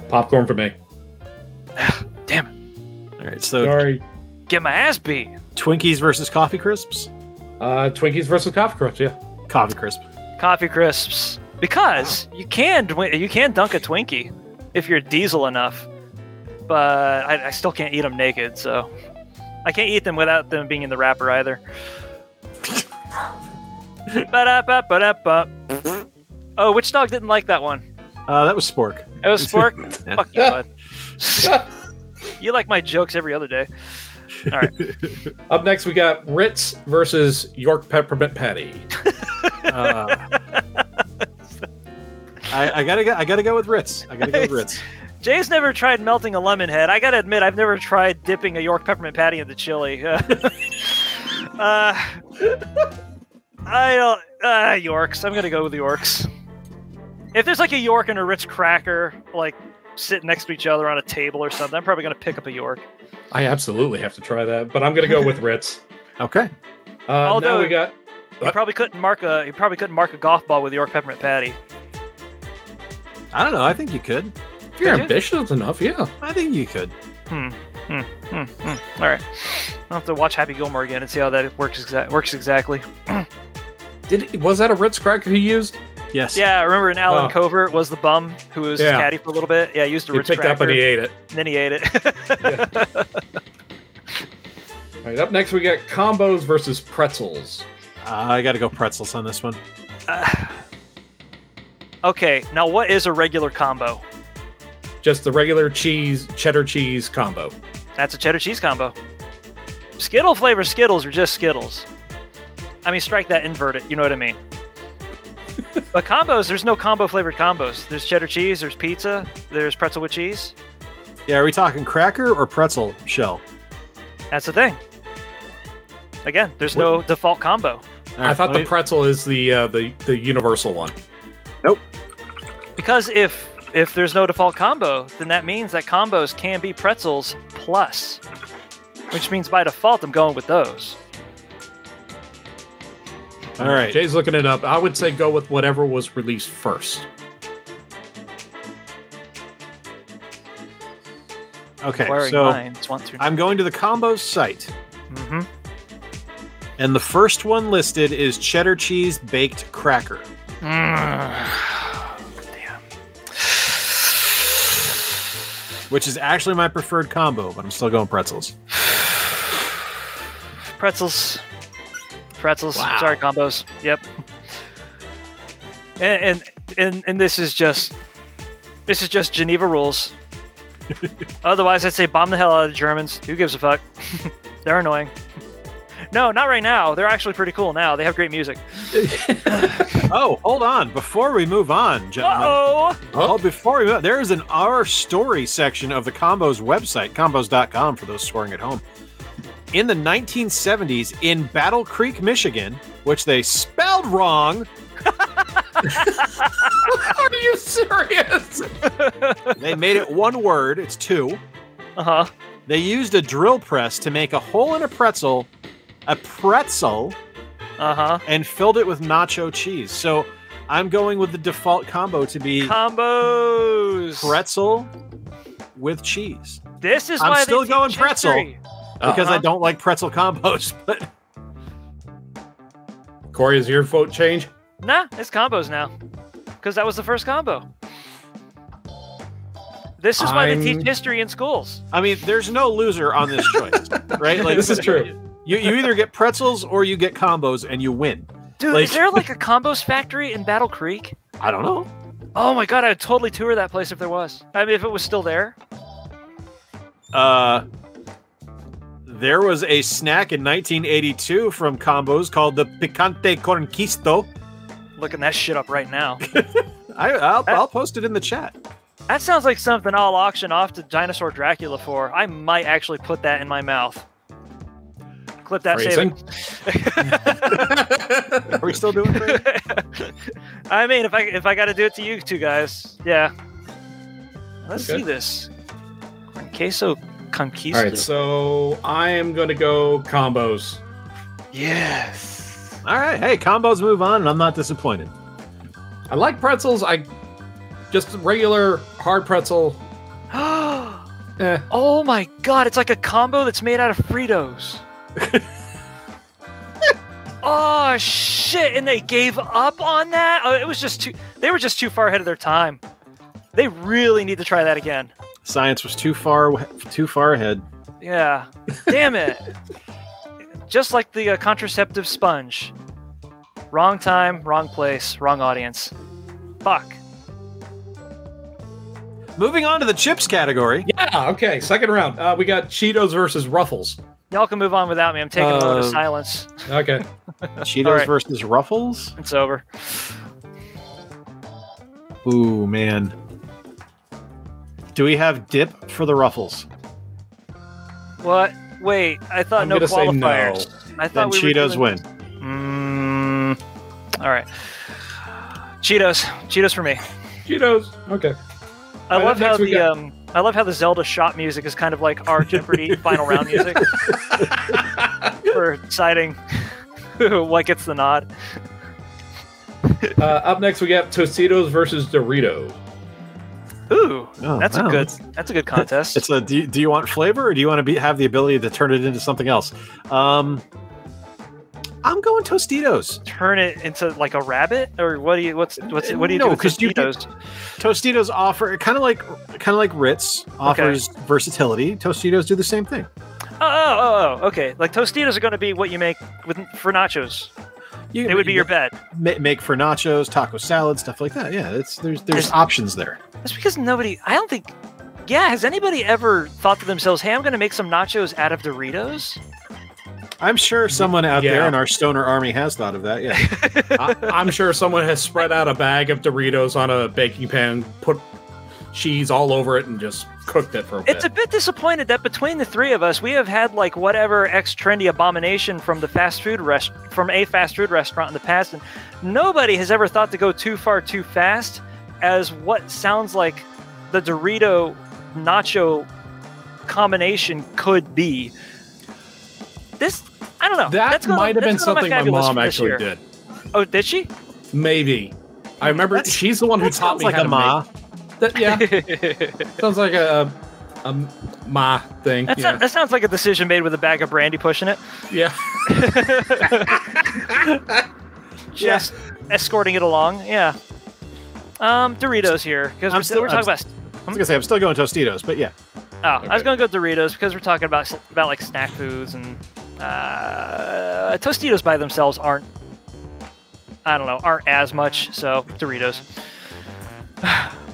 Speaker 4: Popcorn for me.
Speaker 3: All right, so
Speaker 4: Sorry.
Speaker 2: Get my ass beat.
Speaker 3: Twinkies versus coffee crisps.
Speaker 4: Uh, Twinkies versus coffee crunch. Yeah.
Speaker 3: Coffee crisp.
Speaker 2: Coffee crisps. Because you can dwi- you can dunk a Twinkie if you're diesel enough, but I, I still can't eat them naked. So I can't eat them without them being in the wrapper either. Ba-da-ba, ba-da-ba. Oh, which dog didn't like that one?
Speaker 3: Uh, that was Spork.
Speaker 2: It was Spork.
Speaker 3: Yeah.
Speaker 2: Fuck you, bud. you like my jokes every other day.
Speaker 4: Up next, we got Ritz versus York peppermint patty.
Speaker 3: Uh, I, I gotta go. I gotta go with Ritz. I gotta go with Ritz.
Speaker 2: Jay's never tried melting a lemon head. I gotta admit, I've never tried dipping a York peppermint patty into chili. Uh, uh, I don't. Uh, Yorks. I'm gonna go with Yorks. If there's like a York and a Ritz cracker, like sitting next to each other on a table or something, I'm probably gonna pick up a York.
Speaker 4: I absolutely have to try that, but I'm gonna go with Ritz.
Speaker 3: Okay.
Speaker 4: Uh, Although
Speaker 2: Although-
Speaker 4: now we got
Speaker 2: You
Speaker 4: What?
Speaker 2: probably couldn't mark a. You probably couldn't mark a golf ball with York peppermint patty.
Speaker 3: I don't know. I think you could.
Speaker 4: if you're
Speaker 2: Did you?
Speaker 4: ambitious enough, yeah.
Speaker 3: I think you could.
Speaker 2: Hmm. Hmm. Hmm. Hmm. All right. I'll have to watch Happy Gilmore again and see how that works. Exa- works exactly.
Speaker 4: Did was that a Ritz cracker he used?
Speaker 3: Yes.
Speaker 2: Yeah, I remember in Alan
Speaker 4: Oh.
Speaker 2: Covert was the bum who was his
Speaker 4: Yeah.
Speaker 2: caddy for a little bit. Yeah, he used a
Speaker 4: He
Speaker 2: Ritz
Speaker 4: picked up E and
Speaker 2: cracker,
Speaker 4: he ate it.
Speaker 2: and then he ate it.
Speaker 4: All right. Up next, we got combos versus pretzels.
Speaker 3: Uh, I gotta go pretzels on this one.
Speaker 2: okay, now what is a regular combo?
Speaker 4: Just the regular cheese, cheddar cheese combo.
Speaker 2: That's a cheddar cheese combo. Skittle flavor Skittles are just Skittles. I mean, strike that, invert it. You know what I mean? But combos, there's no combo flavored combos. There's cheddar cheese, there's pizza, there's pretzel with cheese.
Speaker 3: Yeah, are we talking cracker or pretzel shell?
Speaker 2: That's the thing. Again, there's no default combo.
Speaker 3: All
Speaker 4: I
Speaker 3: right,
Speaker 4: thought
Speaker 3: let
Speaker 4: the
Speaker 3: me-
Speaker 4: pretzel is the uh, the the universal one.
Speaker 2: Because if if there's no default combo, then that means that combos can be pretzels plus. Which means by default I'm going with those.
Speaker 3: All right.
Speaker 4: Jay's looking it up. I would say go with whatever was released first.
Speaker 3: okay,
Speaker 2: Wearing
Speaker 3: so
Speaker 2: minds one through
Speaker 3: I'm going to the combos site,
Speaker 2: hmm
Speaker 3: and the first one listed is cheddar cheese baked cracker.
Speaker 2: Damn.
Speaker 3: which is actually my preferred combo, but I'm still going pretzels.
Speaker 2: Pretzels. Pretzels.
Speaker 4: Wow.
Speaker 2: Sorry, combos. Yep. And, and and and this is just this is just Geneva rules. Otherwise I'd say bomb the hell out of the Germans. Who gives a fuck? They're annoying. No, not right now. They're actually pretty cool now. They have great music.
Speaker 3: Oh, hold on. Before we move on, gentlemen.
Speaker 2: Uh oh.
Speaker 3: Oh, before we move, there is an our story section of the Combos website, combos.com for those scoring at home. In the 1970s in Battle Creek, Michigan, which they spelled wrong,
Speaker 4: Are you serious?
Speaker 3: they made it one word, it's two.
Speaker 2: Uh huh.
Speaker 3: They used a drill press to make a hole in a pretzel, a pretzel,
Speaker 2: Uh huh.
Speaker 3: and filled it with nacho cheese. So I'm going with the default combo to be
Speaker 2: Combos.
Speaker 3: pretzel with cheese
Speaker 2: This is
Speaker 3: I'm
Speaker 2: why they
Speaker 3: still going
Speaker 2: teach
Speaker 3: pretzel.
Speaker 2: history.
Speaker 3: because I
Speaker 2: Uh-huh.
Speaker 3: don't like pretzel combos. But
Speaker 4: Corey, is your vote change?
Speaker 2: Nah, it's combos now. Because that was the first combo. This is why
Speaker 4: I'm-
Speaker 2: they teach history in schools.
Speaker 3: I mean, there's no loser on this choice, right? Like
Speaker 4: This is true.
Speaker 3: You you either get pretzels or you get combos and you win.
Speaker 2: Dude,
Speaker 3: Like-
Speaker 2: is there like a combos factory in Battle Creek?
Speaker 3: I don't know.
Speaker 2: Oh my god, I would totally tour that place if there was. I mean, if it was still there.
Speaker 3: Uh, there was a snack in 1982 from combos called the picante conquisto.
Speaker 2: Looking that shit up right now.
Speaker 3: I, I'll, I'll post it in the chat.
Speaker 2: that sounds like something I'll auction off to Dinosaur Dracula for. I might actually put that in my mouth. Clip that saving.
Speaker 4: Phrasing.
Speaker 3: Are we still doing it?
Speaker 2: I mean, if I if I got to do it to you two guys, yeah. Let's
Speaker 4: Okay.
Speaker 2: see this. Queso conquisto.
Speaker 4: All right, so I am going to go combos.
Speaker 2: yes.
Speaker 3: All right. Hey, combos move on, and I'm not disappointed.
Speaker 4: I like pretzels. I just regular hard pretzel.
Speaker 2: oh
Speaker 4: Eh.
Speaker 2: my god! It's like a combo that's made out of Fritos. oh shit! And they gave up on that. Oh, it was just too. They were just too far ahead of their time. They really need to try that again.
Speaker 3: Science was too far too far ahead.
Speaker 2: Yeah. Damn it. Just like the uh, contraceptive sponge. Wrong time, wrong place, wrong audience. Fuck.
Speaker 3: Moving on to the chips category.
Speaker 4: Yeah, okay. Second round. Uh, we got Cheetos versus Ruffles.
Speaker 2: Y'all can move on without me. I'm taking a load of
Speaker 3: Uh,
Speaker 2: silence.
Speaker 4: Okay.
Speaker 3: Cheetos
Speaker 2: All right.
Speaker 3: versus Ruffles.
Speaker 2: It's over.
Speaker 3: Ooh man. Do we have dip for the Ruffles?
Speaker 2: What? Wait, I thought
Speaker 4: I'm
Speaker 2: no
Speaker 4: gonna say no.
Speaker 2: qualifiers. I
Speaker 3: Then
Speaker 2: thought we
Speaker 3: Cheetos
Speaker 2: were
Speaker 3: win.
Speaker 2: doing... Mm, all right. Cheetos. Cheetos for me.
Speaker 4: Cheetos. Okay.
Speaker 2: I
Speaker 4: All right,
Speaker 2: love
Speaker 4: next
Speaker 2: how
Speaker 4: we
Speaker 2: the
Speaker 4: got-
Speaker 2: um I love how the Zelda shot music is kind of like our Jeopardy final round music for deciding what gets the nod.
Speaker 4: Uh, up next, we got Tostitos versus Doritos.
Speaker 2: Ooh,
Speaker 3: Oh,
Speaker 2: that's
Speaker 3: wow.
Speaker 2: a good that's a good contest.
Speaker 3: It's a. Do you, do you want flavor, or do you want to be have the ability to turn it into something else? Um, I'm going Tostitos.
Speaker 2: Turn it into like a rabbit, or what do you what's what's what do you
Speaker 3: No,
Speaker 2: do with
Speaker 3: 'cause you get-
Speaker 2: Tostitos?
Speaker 3: Tostitos offer kind of like kind of like Ritz offers versatility. Tostitos do the same thing.
Speaker 2: Oh, oh, oh, oh, okay. Like Tostitos are going to be what you make with for nachos.
Speaker 3: You,
Speaker 2: It would be your bet.
Speaker 3: ma- make for nachos, taco salad, stuff like that. Yeah, it's there's there's
Speaker 2: There's-
Speaker 3: options there.
Speaker 2: That's because nobody. I don't think. Yeah, has anybody ever thought to themselves, "Hey, I'm going to make some nachos out of Doritos"?
Speaker 3: I'm sure someone out
Speaker 4: Yeah.
Speaker 3: there in our stoner army has thought of that. Yeah.
Speaker 4: I, I'm sure someone has spread out a bag of Doritos on a baking pan, put cheese all over it, and just cooked it for a bit.
Speaker 2: It's a bit disappointed that between the three of us, we have had like whatever ex trendy abomination from the fast food rest from a fast food restaurant in the past, and nobody has ever thought to go too far too fast as what sounds like the Dorito nacho combination could be. This I don't know.
Speaker 4: that
Speaker 2: gonna-
Speaker 4: might have been
Speaker 2: that's gonna
Speaker 4: something
Speaker 2: be
Speaker 4: my
Speaker 2: fabulous
Speaker 4: mom
Speaker 2: for this
Speaker 4: actually
Speaker 2: year.
Speaker 4: did.
Speaker 2: Oh, did she?
Speaker 4: Maybe. I remember
Speaker 3: That's-
Speaker 4: she's the one who
Speaker 3: That
Speaker 4: taught
Speaker 3: sounds
Speaker 4: me
Speaker 3: like
Speaker 4: how
Speaker 3: a
Speaker 4: to
Speaker 3: ma.
Speaker 4: make- that- yeah, sounds like a, a ma thing.
Speaker 2: That's
Speaker 4: yeah.
Speaker 2: not- that sounds like a decision made with a bag of brandy pushing it.
Speaker 4: yeah.
Speaker 2: just escorting it along. Yeah. Um, Doritos here because
Speaker 3: I'm
Speaker 2: we're,
Speaker 3: still-
Speaker 2: we're talking
Speaker 3: I'm
Speaker 2: about.
Speaker 3: I was gonna say I'm still going Tostitos, but yeah.
Speaker 2: Oh, I was gonna go Doritos because we're talking about about like snack foods and uh, Tostitos by themselves aren't. I don't know, aren't as much. So Doritos.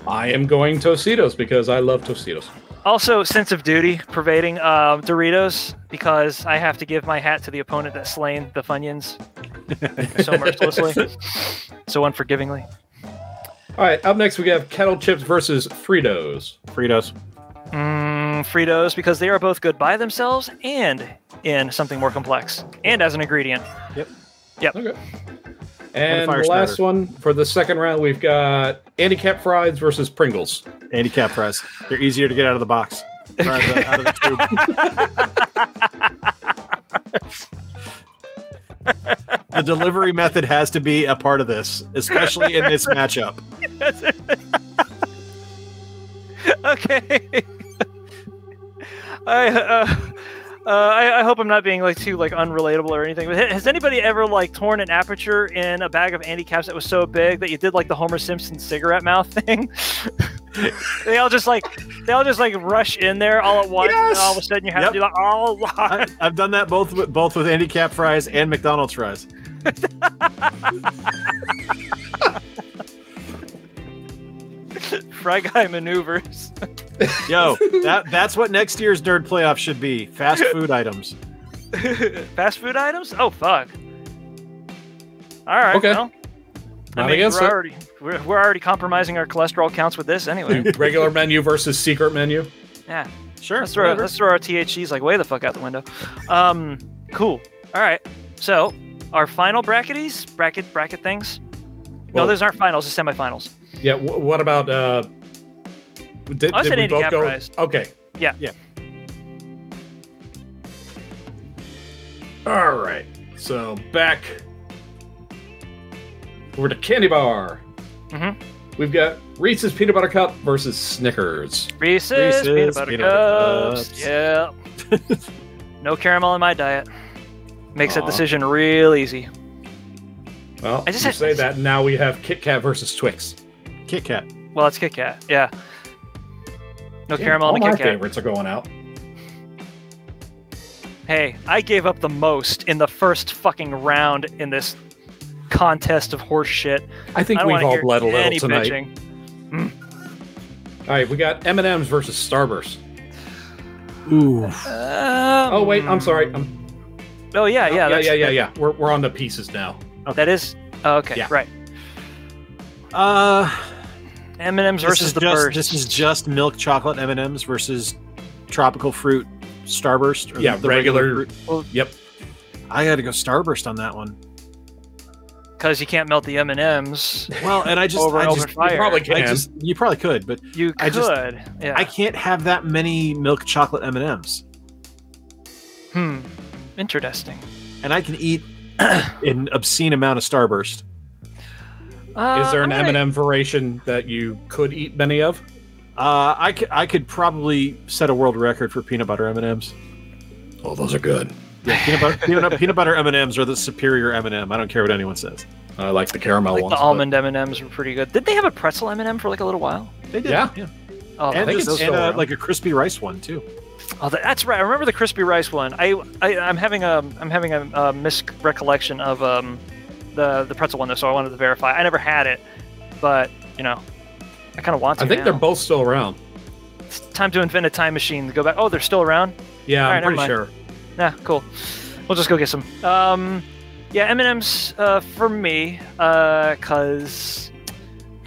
Speaker 4: I am going Tostitos because I love Tostitos.
Speaker 2: Also, sense of duty pervading um, Doritos because I have to give my hat to the opponent that slain the Funyuns so mercilessly, so unforgivingly.
Speaker 4: All right, up next we have kettle chips versus Fritos.
Speaker 3: Fritos.
Speaker 2: Mm, Fritos because they are both good by themselves and in something more complex and as an ingredient.
Speaker 4: Okay. And
Speaker 3: fire
Speaker 4: the last
Speaker 3: starter.
Speaker 4: one for the second round, we've got handicap fries versus Pringles.
Speaker 3: Handicap fries. They're easier to get out of the box. Or out of the- out of the tube. The delivery method has to be a part of this, especially in this matchup.
Speaker 2: okay. I uh, uh, I, I hope I'm not being like too like unrelatable or anything. But ha- has anybody ever like torn an aperture in a bag of Andy caps that was so big that you did like the Homer Simpson cigarette mouth thing? they all just like they all just like rush in there all at once, and
Speaker 3: Yes!
Speaker 2: all of a sudden you have
Speaker 3: Yep.
Speaker 2: to do like all
Speaker 3: I, I've done that both with, both with handicap fries and McDonald's fries.
Speaker 2: fry guy maneuvers.
Speaker 3: Yo, that that's what next year's nerd playoff should be: fast food items.
Speaker 2: Fast food items? Oh fuck. All right.
Speaker 4: Okay.
Speaker 2: Well, I
Speaker 4: Not
Speaker 2: mean,
Speaker 4: against
Speaker 2: we're
Speaker 4: it.
Speaker 2: already we're, we're already compromising our cholesterol counts with this anyway.
Speaker 4: Regular menu versus secret menu.
Speaker 2: yeah.
Speaker 3: Sure,
Speaker 2: Let's throw
Speaker 3: whatever.
Speaker 2: let's throw our THCs like way the fuck out the window. Um. Cool. All right. So our final bracketies bracket bracket things.
Speaker 4: Well-
Speaker 2: no, those aren't finals. It's semifinals.
Speaker 4: Yeah. Wh- what about? Uh, did,
Speaker 2: I said
Speaker 4: did we
Speaker 2: handicap
Speaker 4: both go?
Speaker 2: fries.
Speaker 4: Okay.
Speaker 2: Yeah.
Speaker 3: Yeah.
Speaker 4: All right. So back. We're to candy bar.
Speaker 2: Mhm.
Speaker 4: We've got Reese's peanut butter cup versus Snickers.
Speaker 2: Reese's,
Speaker 3: Reese's,
Speaker 2: peanut butter
Speaker 3: peanut butter
Speaker 2: cups.
Speaker 3: cups.
Speaker 2: Yeah. no caramel in my diet. Makes that
Speaker 4: Aw.
Speaker 2: decision real easy.
Speaker 4: Well,
Speaker 2: I just
Speaker 4: you
Speaker 2: had-
Speaker 4: say that now we have Kit Kat versus Twix.
Speaker 3: Kit Kat.
Speaker 2: Well, it's Kit Kat. Yeah. No
Speaker 4: Damn,
Speaker 2: caramel
Speaker 4: all
Speaker 2: in
Speaker 4: my
Speaker 2: a Kit Kat.
Speaker 4: favorites are going out.
Speaker 2: Hey, I gave up the most in the first fucking round in this contest of horse shit.
Speaker 4: I think
Speaker 2: I don't
Speaker 4: we've
Speaker 2: wanna
Speaker 4: all
Speaker 2: hear
Speaker 4: bled a little
Speaker 2: any
Speaker 4: tonight.
Speaker 2: bitching.
Speaker 4: All right, we got M and M's versus Starburst.
Speaker 3: Ooh, Um,
Speaker 4: Oh wait,
Speaker 2: Mm.
Speaker 4: I'm sorry. I'm,
Speaker 2: Oh yeah, yeah,
Speaker 4: yeah,
Speaker 2: that's-
Speaker 4: yeah, yeah, yeah. We're, we're on the pieces now.
Speaker 2: That is oh, okay,
Speaker 4: Yeah.
Speaker 2: right.
Speaker 3: uh,
Speaker 2: M and M's
Speaker 3: this
Speaker 2: versus
Speaker 3: is
Speaker 2: the
Speaker 3: just,
Speaker 2: burst.
Speaker 3: This is just milk chocolate M and M's versus tropical fruit Starburst.
Speaker 4: Yeah, regular-
Speaker 3: fruit.
Speaker 4: Yep.
Speaker 3: I got to go Starburst on that one.
Speaker 2: because you can't melt the M and M's
Speaker 3: Well, and I just,
Speaker 2: over
Speaker 3: I
Speaker 2: an
Speaker 3: just,
Speaker 2: open fire.
Speaker 4: probably
Speaker 3: I
Speaker 4: can.
Speaker 3: just, you probably could, but
Speaker 2: you could.
Speaker 3: I just-
Speaker 2: yeah.
Speaker 3: I can't have that many milk chocolate M and M's,
Speaker 2: hmm. Interesting.
Speaker 3: and I can eat an obscene amount of Starburst.
Speaker 2: Uh,
Speaker 4: Is there an
Speaker 2: I'm
Speaker 4: M
Speaker 2: gonna-
Speaker 4: and M variation that you could eat many of?
Speaker 3: Uh, I could, I could probably set a world record for peanut butter M and M's.
Speaker 4: Oh, those are good.
Speaker 3: Yeah, peanut butter, peanut, peanut butter M and M's are the superior M and m I don't care what anyone says.
Speaker 4: I Uh, like the caramel
Speaker 2: Like
Speaker 4: ones.
Speaker 2: the
Speaker 4: but-
Speaker 2: almond M and M's were pretty good. Did they have a pretzel M and m for like a little while?
Speaker 3: They did,
Speaker 4: Yeah.
Speaker 2: Oh,
Speaker 3: and,
Speaker 4: think
Speaker 3: just-
Speaker 4: it's
Speaker 3: and
Speaker 4: still
Speaker 3: uh,
Speaker 4: around.
Speaker 3: like a crispy rice one too.
Speaker 2: Oh, that, that's right. I remember the crispy rice one. I, I I'm having a I'm having a, a misrecollection of um the the pretzel one though, so I wanted to verify. I never had it, but you know, I kind of want to.
Speaker 4: I think
Speaker 2: now.
Speaker 4: they're both still around.
Speaker 2: It's time to invent a time machine to go back. Oh, they're still around.
Speaker 4: Yeah,
Speaker 2: All right,
Speaker 4: I'm
Speaker 2: never
Speaker 4: pretty sure.
Speaker 2: Nah, cool. We'll just go get some. Um, yeah, M and M's uh, for me, uh, cause,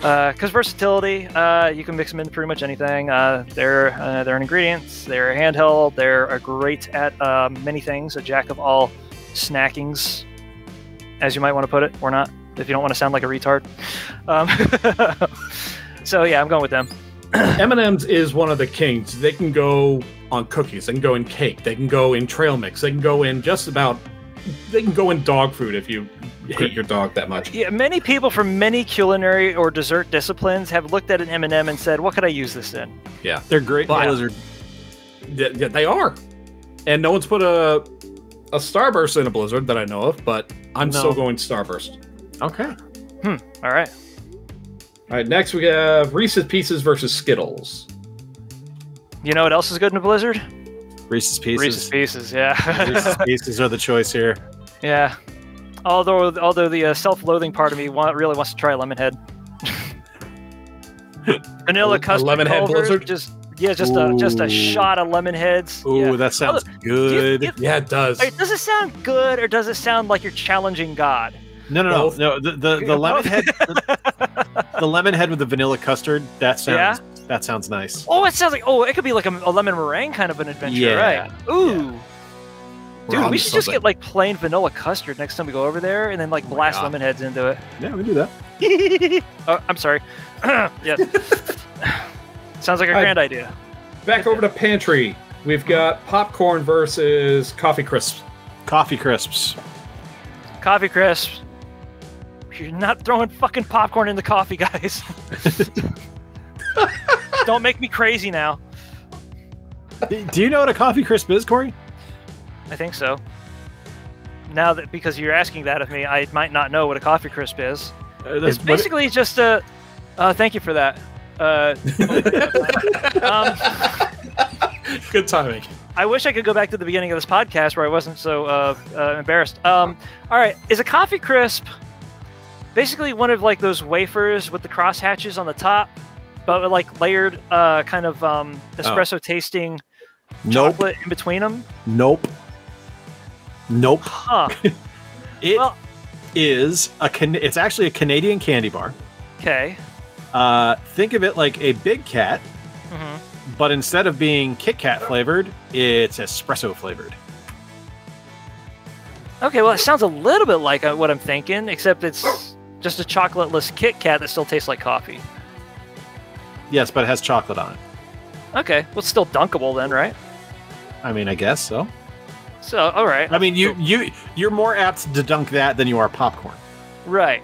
Speaker 2: uh, cause versatility. Uh, you can mix them into pretty much anything. Uh, they're uh, they're an ingredient. They're handheld. They're uh, great at uh, many things. A jack of all snackings, as you might want to put it, or not, if you don't want to sound like a retard. Um, so yeah, I'm going with them.
Speaker 4: M&M's is one of the kings. They can go on cookies. They can go in cake. They can go in trail mix. They can go in just about. They can go in dog food if you hate your dog that much.
Speaker 2: Yeah, many people from many culinary or dessert disciplines have looked at an M&M and said, "What could I use this in?"
Speaker 3: They're great
Speaker 4: But-
Speaker 3: blizzard.
Speaker 4: Yeah, yeah, they are, and no one's put a a starburst in a blizzard that I know of. But I'm
Speaker 2: No.
Speaker 4: still going starburst.
Speaker 3: Okay.
Speaker 2: All right.
Speaker 4: All right, next we have Reese's Pieces versus Skittles.
Speaker 2: You know what else is good in a blizzard?
Speaker 3: Reese's Pieces.
Speaker 2: Reese's Pieces. Yeah,
Speaker 3: Reese's Pieces are the choice here.
Speaker 2: yeah. Although, although the uh, self-loathing part of me wa- really wants to try Lemonhead. Vanilla
Speaker 4: A
Speaker 2: custard.
Speaker 4: Lemonhead
Speaker 2: Culver's,
Speaker 4: blizzard?
Speaker 2: Just yeah, just a just a
Speaker 3: Ooh.
Speaker 2: shot of lemon heads.
Speaker 3: Ooh,
Speaker 2: yeah.
Speaker 3: that sounds
Speaker 2: you-
Speaker 3: good.
Speaker 2: do you-
Speaker 4: Yeah, it does.
Speaker 2: Alright, does it sound good or does it sound like you're challenging God?
Speaker 3: no, no, no,
Speaker 4: Both.
Speaker 3: no. The the, the lemon head, the, lemon head with the vanilla custard. That sounds that sounds nice.
Speaker 2: Oh, it sounds like oh, it could be like a, a lemon meringue kind of an adventure,
Speaker 3: Yeah.
Speaker 2: right? Ooh.
Speaker 4: We're
Speaker 2: Dude,
Speaker 4: onto
Speaker 2: we should just
Speaker 4: something.
Speaker 2: get like plain vanilla custard next time we go over there, and then like blast
Speaker 4: God.
Speaker 2: lemon heads into it.
Speaker 3: Yeah, we do that.
Speaker 2: Oh, I'm sorry. yes. Sounds like a
Speaker 4: I-
Speaker 2: grand idea.
Speaker 4: Back over to pantry. We've got popcorn versus coffee crisps.
Speaker 3: Coffee crisps.
Speaker 2: Coffee crisps. You're not throwing fucking popcorn in the coffee, guys. Don't make me crazy now.
Speaker 3: Do you know what a coffee crisp is, Corey?
Speaker 2: I think so. Now that because you're asking that of me, I might not know what a coffee crisp is.
Speaker 3: Uh,
Speaker 2: It's
Speaker 3: that's what-
Speaker 2: basically just a. Uh, thank you for that. Uh, um,
Speaker 4: Good timing.
Speaker 2: I wish I could go back to the beginning of this podcast where I wasn't so uh, uh, embarrassed. Um, all right, is a coffee crisp basically one of like those wafers with the cross hatches on the top, but with, like layered uh, kind of um,
Speaker 3: Oh.
Speaker 2: espresso tasting
Speaker 3: nope,
Speaker 2: chocolate in between them?
Speaker 3: nope, nope.
Speaker 2: Huh.
Speaker 3: It is
Speaker 2: Well-
Speaker 3: a can. It's actually a Canadian candy bar.
Speaker 2: Okay.
Speaker 3: Uh, think of it like a Big Cat,
Speaker 4: Mm-hmm.
Speaker 2: hmm
Speaker 3: but instead of being Kit Kat flavored, it's espresso flavored.
Speaker 2: Okay. Well, it sounds a little bit like uh, what I'm thinking, except it's just a chocolateless Kit Kat that still tastes like coffee.
Speaker 3: Yes, but it has chocolate on it.
Speaker 2: Okay. Well, it's still dunkable then, right?
Speaker 3: I mean, I guess so.
Speaker 2: So, all right.
Speaker 3: I mean, you you you're more apt to dunk that than you are popcorn.
Speaker 2: Right.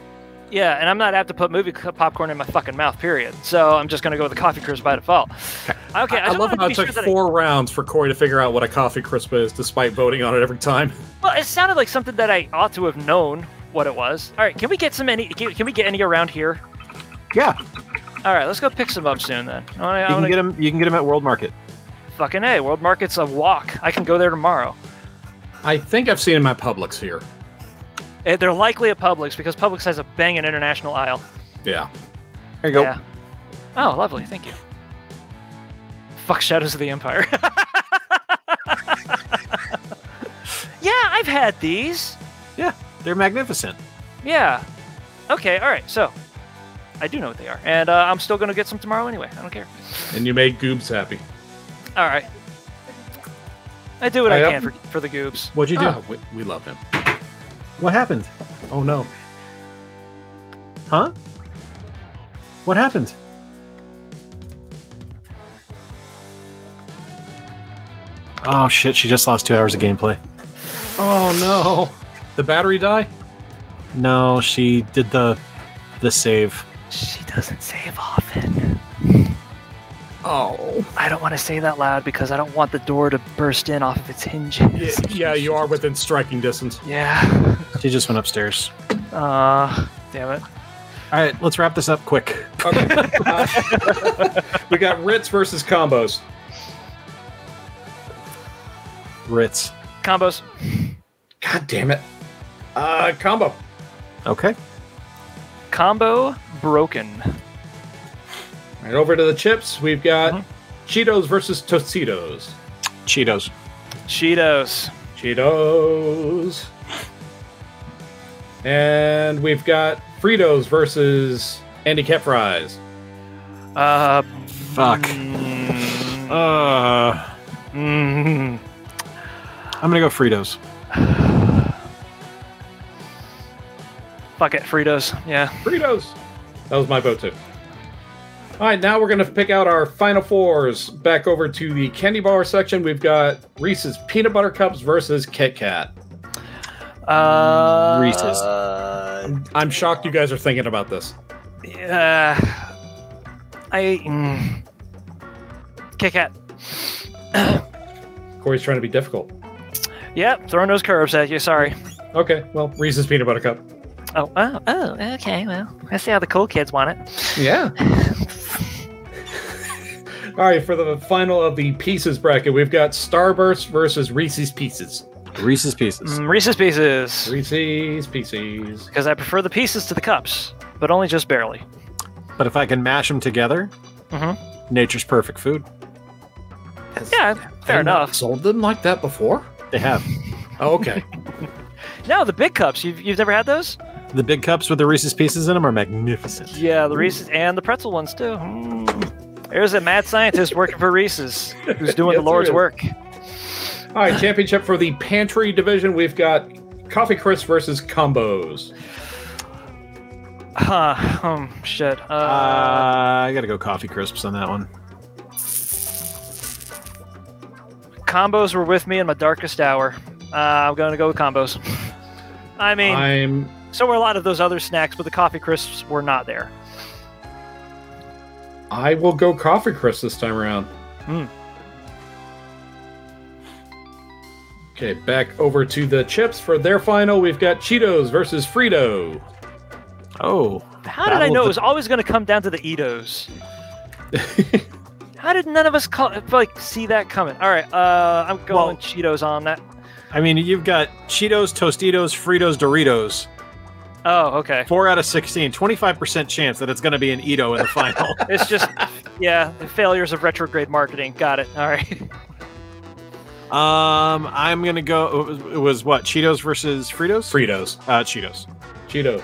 Speaker 2: Yeah, and I'm not apt to put movie c- popcorn in my fucking mouth, period. So I'm just going to go with the coffee crisp by default. Okay, I,
Speaker 4: I,
Speaker 2: just
Speaker 4: love
Speaker 2: wanted
Speaker 4: how
Speaker 2: to
Speaker 4: it
Speaker 2: be
Speaker 4: took
Speaker 2: sure that I-
Speaker 4: four rounds for Corey to figure out what a coffee crisp is, despite voting on it every time.
Speaker 2: well, it sounded like something that I ought to have known what it was. All right, can we get some any? Can, can we get any around here?
Speaker 3: Yeah,
Speaker 2: All right, let's go pick some up soon then. I wanna, I
Speaker 3: you can
Speaker 2: wanna-
Speaker 3: get them. You can get them at World Market.
Speaker 2: fucking a World Market's a walk. I can go there tomorrow.
Speaker 4: I think I've seen him at Publix here.
Speaker 2: Eh, They're likely at Publix because Publix has a banging international aisle.
Speaker 4: Yeah.
Speaker 3: There you go.
Speaker 2: Yeah. Oh, lovely. Thank you. Fuck Shadows of the Empire. yeah, I've had these.
Speaker 3: They're magnificent.
Speaker 2: Yeah. Okay, all right. So, I do know what they are. And uh, I'm still going to get some tomorrow anyway. I don't care.
Speaker 4: And you made Goobs happy.
Speaker 2: All right. I do
Speaker 3: Oh,
Speaker 2: what I,
Speaker 4: I
Speaker 2: can
Speaker 4: up-
Speaker 2: for, for the goobs.
Speaker 3: What'd you do?
Speaker 4: Ah, we, we love him.
Speaker 3: What happened?
Speaker 4: Oh, no.
Speaker 3: Huh? What happened? Oh shit! She just lost two hours of gameplay.
Speaker 4: Oh, no. The battery die?
Speaker 3: No, she did the the save.
Speaker 2: She doesn't save often.
Speaker 4: Oh.
Speaker 2: I don't want to say that loud because I don't want the door to burst in off of its
Speaker 4: Yeah,
Speaker 2: hinges.
Speaker 4: yeah, you are within striking distance.
Speaker 2: Yeah.
Speaker 3: She just went upstairs.
Speaker 2: Uh, damn it.
Speaker 3: All right, let's wrap this up quick.
Speaker 4: Okay. Uh, we got Ritz versus combos.
Speaker 3: Ritz.
Speaker 2: Combos.
Speaker 4: God damn it. Uh, combo.
Speaker 3: Okay.
Speaker 2: Combo broken.
Speaker 4: Right over to the chips. We've got Cheetos versus Tostitos.
Speaker 3: Cheetos.
Speaker 2: Cheetos.
Speaker 4: Cheetos. And we've got Fritos versus handicap fries.
Speaker 2: Uh,
Speaker 3: Fuck.
Speaker 2: mm,
Speaker 3: Uh,
Speaker 2: mm.
Speaker 3: I'm gonna go Fritos.
Speaker 2: Fuck it, Fritos. Yeah.
Speaker 4: Fritos. That was my vote too. All right, now we're gonna pick out our final fours. Back over to the candy bar section. We've got Reese's peanut butter cups versus Kit Kat.
Speaker 2: Uh,
Speaker 3: Reese's.
Speaker 5: Uh,
Speaker 4: I'm shocked you guys are thinking about this.
Speaker 2: Yeah. I. Mm. Kit Kat.
Speaker 4: Corey's trying to be difficult.
Speaker 2: Yep, throwing those curves at you. Sorry.
Speaker 4: Okay, well, Reese's peanut butter cup.
Speaker 2: Oh, oh, oh. Okay. Well, I see how the cool kids want it.
Speaker 4: Yeah. All right, for the final of the pieces bracket, we've got Starburst versus Reese's Pieces.
Speaker 3: Reese's Pieces.
Speaker 2: Mm, Reese's Pieces,
Speaker 4: Reese's Pieces.
Speaker 2: because I prefer the pieces to the cups, but only just barely.
Speaker 3: But if I can mash them together,
Speaker 2: Mhm.
Speaker 3: nature's perfect food.
Speaker 2: Yeah, fair enough.
Speaker 4: Sold them like that before?
Speaker 3: They have
Speaker 4: Oh, okay.
Speaker 2: No, the big cups. You've, you've never had those?
Speaker 3: the big cups with the Reese's Pieces in them are magnificent.
Speaker 2: Yeah, the Reese's and the pretzel ones too. Mm. There's a mad scientist working for Reese's who's doing
Speaker 4: Yes,
Speaker 2: the Lord's
Speaker 4: there is.
Speaker 2: work.
Speaker 4: All right, championship for the pantry division. We've got Coffee Crisp versus Combos.
Speaker 2: Huh. Um, shit. Uh,
Speaker 3: Uh, I gotta go coffee crisps on that one.
Speaker 2: combos were with me in my darkest hour. Uh, I'm going to go with combos. I mean,
Speaker 4: I'm
Speaker 2: so were a lot of those other snacks, but the coffee crisps were not there.
Speaker 4: I will go Coffee Crisp this time around.
Speaker 2: Hmm.
Speaker 4: Okay, back over to the chips for their final. We've got Cheetos versus Frito.
Speaker 3: Oh,
Speaker 2: How did I
Speaker 3: Battle of
Speaker 2: know
Speaker 3: the-
Speaker 2: it was always going to come down to the Edos? How did none of us call, like see that coming? All right, uh, I'm going
Speaker 3: Well-
Speaker 2: Cheetos on that.
Speaker 3: I mean, you've got Cheetos, Tostitos, Fritos, Doritos.
Speaker 2: Oh, okay.
Speaker 3: Four out of 16, 25% chance that it's going to be an Edo in the final.
Speaker 2: It's just, yeah, the failures of retrograde marketing. Got it. All right.
Speaker 3: um, I'm going to go. It was, it was what? Cheetos versus Fritos?
Speaker 4: Fritos.
Speaker 3: uh, Cheetos.
Speaker 4: Cheeto.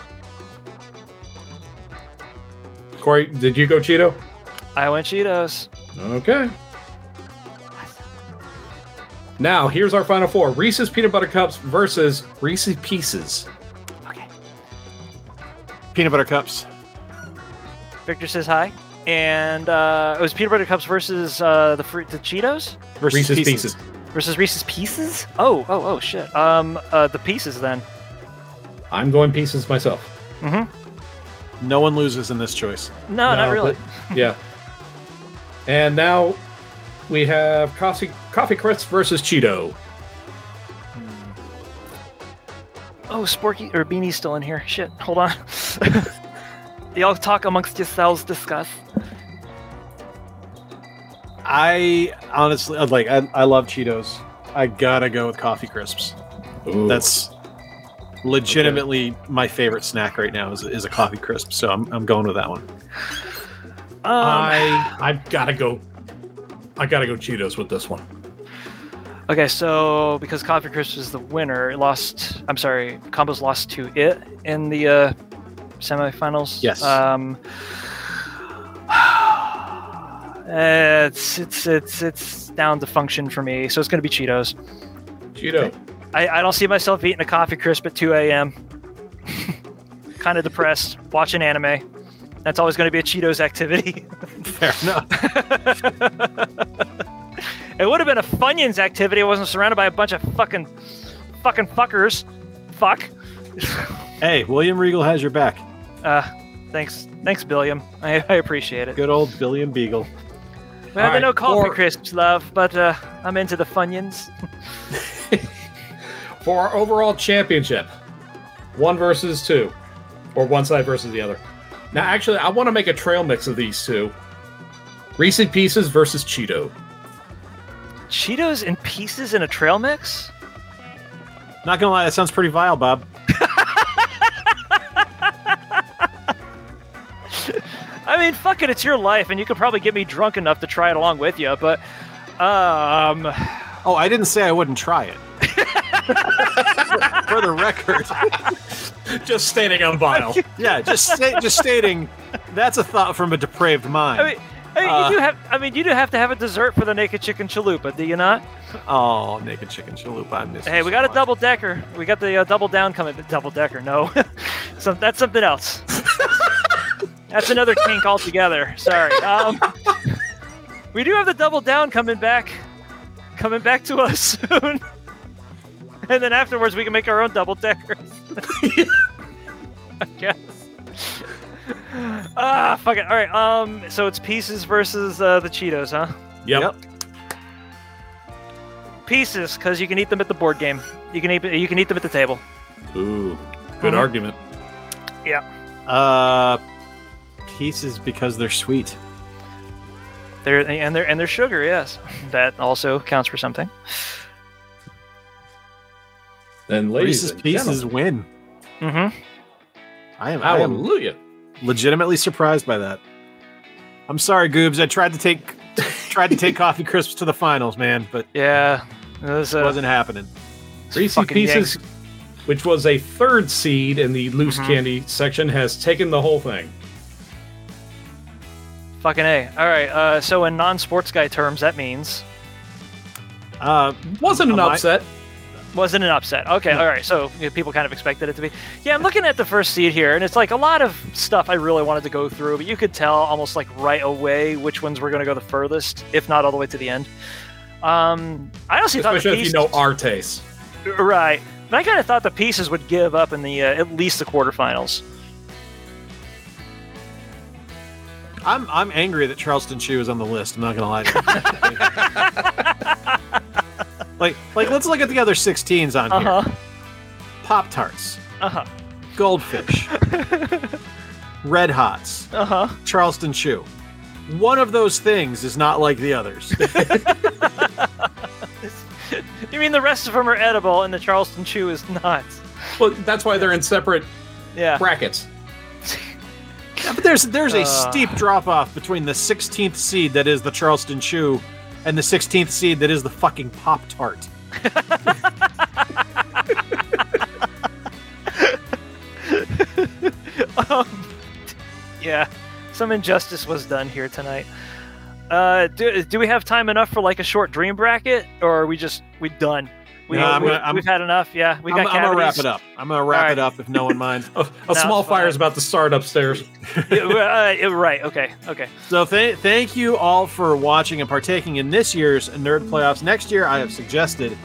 Speaker 4: Corey, did you go Cheeto?
Speaker 2: I went Cheetos.
Speaker 4: Okay. Now, here's our final four Reese's Peanut Butter Cups versus Reese's Pieces.
Speaker 3: Peanut butter cups.
Speaker 2: Victor says hi, and uh, it was peanut butter cups versus uh, the fruit, the Cheetos
Speaker 3: Versus
Speaker 4: Reese's Pieces.
Speaker 2: versus Reese's Pieces. Oh, oh, oh, shit. Um, uh, the pieces then.
Speaker 4: I'm going Pieces myself.
Speaker 3: No one loses in this choice.
Speaker 2: No, not
Speaker 4: No,
Speaker 2: really.
Speaker 4: but- yeah. And now we have Coffee, coffee Crisp versus Cheeto.
Speaker 2: Oh, Sporky or Beanie's still in here. Shit, hold on. Y'all talk amongst yourselves, discuss.
Speaker 3: I honestly, I'd like, I, I love Cheetos. I gotta go with coffee crisps. That's legitimately my favorite snack right now is, is a coffee crisp. So I'm, I'm going with that one.
Speaker 2: Um,
Speaker 4: I I've gotta go. I gotta go Cheetos with this one.
Speaker 2: okay, so because Coffee Crisp is the winner, it lost. I'm sorry, combos lost to it in the uh, semifinals.
Speaker 3: Yes.
Speaker 2: Um, it's it's it's it's down to function for me, so it's gonna be Cheetos.
Speaker 4: Cheeto.
Speaker 2: I, I don't see myself eating a coffee crisp at 2 a.m. kind of depressed, watching anime. That's always going to be a Cheetos activity.
Speaker 3: Fair enough.
Speaker 2: it would have been a Funyuns activity. if I wasn't surrounded by a bunch of fucking, fucking fuckers. Fuck.
Speaker 3: Hey, William Regal has your back.
Speaker 2: Uh, thanks, thanks, Billiam. I, I appreciate it.
Speaker 3: Good old Billiam Beagle.
Speaker 2: Well,
Speaker 4: All
Speaker 2: there are no
Speaker 4: right,
Speaker 2: coffee
Speaker 4: or-
Speaker 2: crisps, love, but uh, I'm into the Funyuns.
Speaker 4: For our overall championship, one versus two, or one side versus the other. Now, actually, I want to make a trail mix of these two. Reese's Pieces versus Cheeto.
Speaker 2: Cheetos in pieces in a trail mix.
Speaker 3: Not gonna lie, that sounds pretty vile, Bob.
Speaker 2: I mean, fuck it, it's your life, and you could probably get me drunk enough to try it along with you. But, um,
Speaker 3: Oh, I didn't say I wouldn't try it. for the record.
Speaker 4: Just standing on bile.
Speaker 3: Yeah, just sta- just stating that's a thought from a depraved mind.
Speaker 2: I mean, I mean,
Speaker 3: Uh,
Speaker 2: you do have. I mean, you do have to have a dessert for the naked chicken chalupa, do you not?
Speaker 3: oh, naked chicken chalupa. I miss
Speaker 2: Hey,
Speaker 3: it
Speaker 2: we
Speaker 3: so
Speaker 2: got a
Speaker 3: much.
Speaker 2: double decker. We got the uh, double down coming. but Double decker, no. so that's something else. that's another kink altogether. Sorry. Um, we do have the double down coming back, coming back to us soon. and then afterwards, we can make our own double deckers. I guess. Ah, fuck it. All right. Um, so it's pieces versus uh, the Cheetos, huh?
Speaker 4: Yep.
Speaker 3: Yep.
Speaker 2: Pieces, because you can eat them at the board game. You can eat. You can eat them at the table.
Speaker 4: Ooh, good
Speaker 2: Mhm.
Speaker 4: argument.
Speaker 3: Uh, pieces because they're sweet.
Speaker 2: They're and they're and they're sugar. Yes, that also counts for something.
Speaker 4: Then, ladies
Speaker 3: Reese's
Speaker 4: and
Speaker 3: Pieces
Speaker 4: gentlemen,
Speaker 3: win.
Speaker 2: Mm-hmm.
Speaker 3: I am, I am
Speaker 4: Hallelujah.
Speaker 3: legitimately surprised by that. I'm sorry, Goobs. I tried to take tried to take coffee crisps to the finals, man, but
Speaker 2: Yeah. Those,
Speaker 3: it
Speaker 2: uh,
Speaker 3: wasn't happening.
Speaker 4: Reese's
Speaker 2: fucking
Speaker 4: Pieces, which was a third seed in the loose
Speaker 2: Mhm.
Speaker 4: candy section, has taken the whole thing.
Speaker 2: fucking a. All right. Uh, so in non-sports guy terms, that means
Speaker 3: Uh,
Speaker 4: Wasn't an
Speaker 3: Am I-
Speaker 4: upset.
Speaker 2: wasn't an upset. Okay. All right. So you know, people kind of expected it to be. Yeah. I'm looking at the first seed here, and it's like a lot of stuff I really wanted to go through, but you could tell almost like right away which ones were going to go the furthest, if not all the way to the end. Um, I honestly thought the
Speaker 4: Especially if you
Speaker 2: pieces-
Speaker 4: know our taste.
Speaker 2: Right. But I kind of thought the pieces would give up in the uh, at least the quarterfinals.
Speaker 3: I'm I'm angry that Charleston Chew is on the list. I'm not gonna lie. To you. like like let's look at the other 16s on
Speaker 2: Uh
Speaker 3: here.
Speaker 2: huh.
Speaker 3: Pop Tarts,
Speaker 2: Uh huh.
Speaker 3: Goldfish, Red Hots,
Speaker 2: Uh huh.
Speaker 3: Charleston Chew. One of those things is not like the others.
Speaker 2: You mean the rest of them are edible and the Charleston Chew is not?
Speaker 4: Well, that's why they're in separate
Speaker 2: Yeah.
Speaker 4: brackets.
Speaker 3: Yeah, but there's there's a
Speaker 2: Uh.
Speaker 3: steep drop off between the 16th seed that is the Charleston Chew and the 16th seed that is the fucking Pop Tart.
Speaker 2: Um, yeah. Some injustice was done here tonight. Uh, do, do we have time enough for like a short dream bracket, or are we just we done? We,
Speaker 3: No, I'm
Speaker 2: we,
Speaker 3: gonna- I'm-
Speaker 2: have had enough. Yeah, we
Speaker 3: I'm,
Speaker 2: got.
Speaker 3: I'm gonna wrap
Speaker 2: cavities.
Speaker 3: it up. I'm gonna wrap
Speaker 2: All
Speaker 3: it up if no one minds.
Speaker 4: A, a
Speaker 2: No,
Speaker 4: small
Speaker 2: it's fine.
Speaker 4: fire is about to start upstairs.
Speaker 2: Yeah, uh, right. Okay. Okay.
Speaker 3: So th- thank you all for watching and partaking in this year's Nerd Playoffs. Next year, I have suggested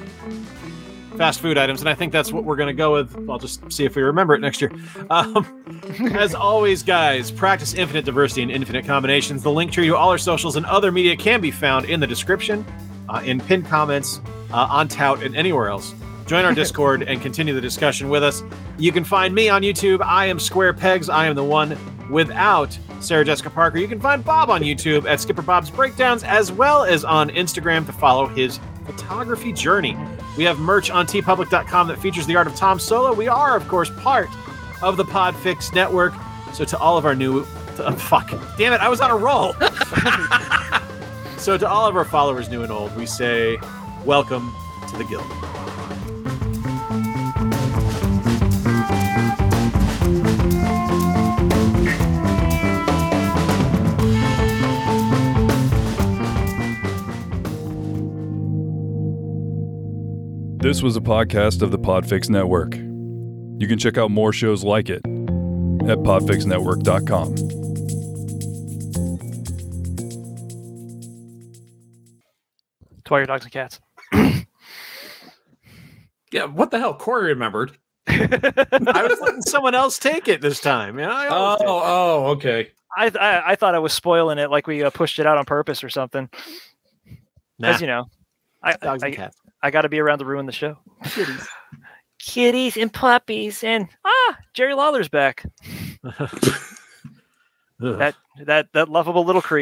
Speaker 3: fast food items, and I think that's what we're going to go with. I'll just see if we remember it next year. Um, as always, guys, practice infinite diversity and infinite combinations. The link tree to all our socials and other media can be found in the description, uh, in pinned comments, uh, on Tout, and anywhere else. Join our Discord and continue the discussion with us. You can find me on YouTube. I am Square Pegs. I am the one without Sarah Jessica Parker. You can find Bob on YouTube at Skipper Bob's Breakdowns, as well as on Instagram to follow his photography journey. We have merch on tpublic.com that features the art of Tom Solo. We are, of course, part of the Podfix Network. So to all of our new. uh, fuck. Damn it, I was on a roll. so to all of our followers, new and old, we say welcome to the Guild.
Speaker 5: This was a podcast of the Podfix Network. You can check out more shows like it at podfixnetwork.com.
Speaker 2: To all your dogs and cats.
Speaker 4: Yeah, what the hell? Corey remembered.
Speaker 3: I was letting someone else take it this time. You know, I always
Speaker 4: Oh,
Speaker 3: take it.
Speaker 4: oh, okay.
Speaker 2: I, I I thought I was spoiling it, like we uh, pushed it out on purpose or something.
Speaker 3: Nah,
Speaker 2: As you know, I
Speaker 3: dogs and
Speaker 2: I-
Speaker 3: cats.
Speaker 2: I got to be around to ruin the show. Kitties. Kitties and puppies and ah, Jerry Lawler's back.
Speaker 3: Ugh.
Speaker 2: That that that lovable little creep.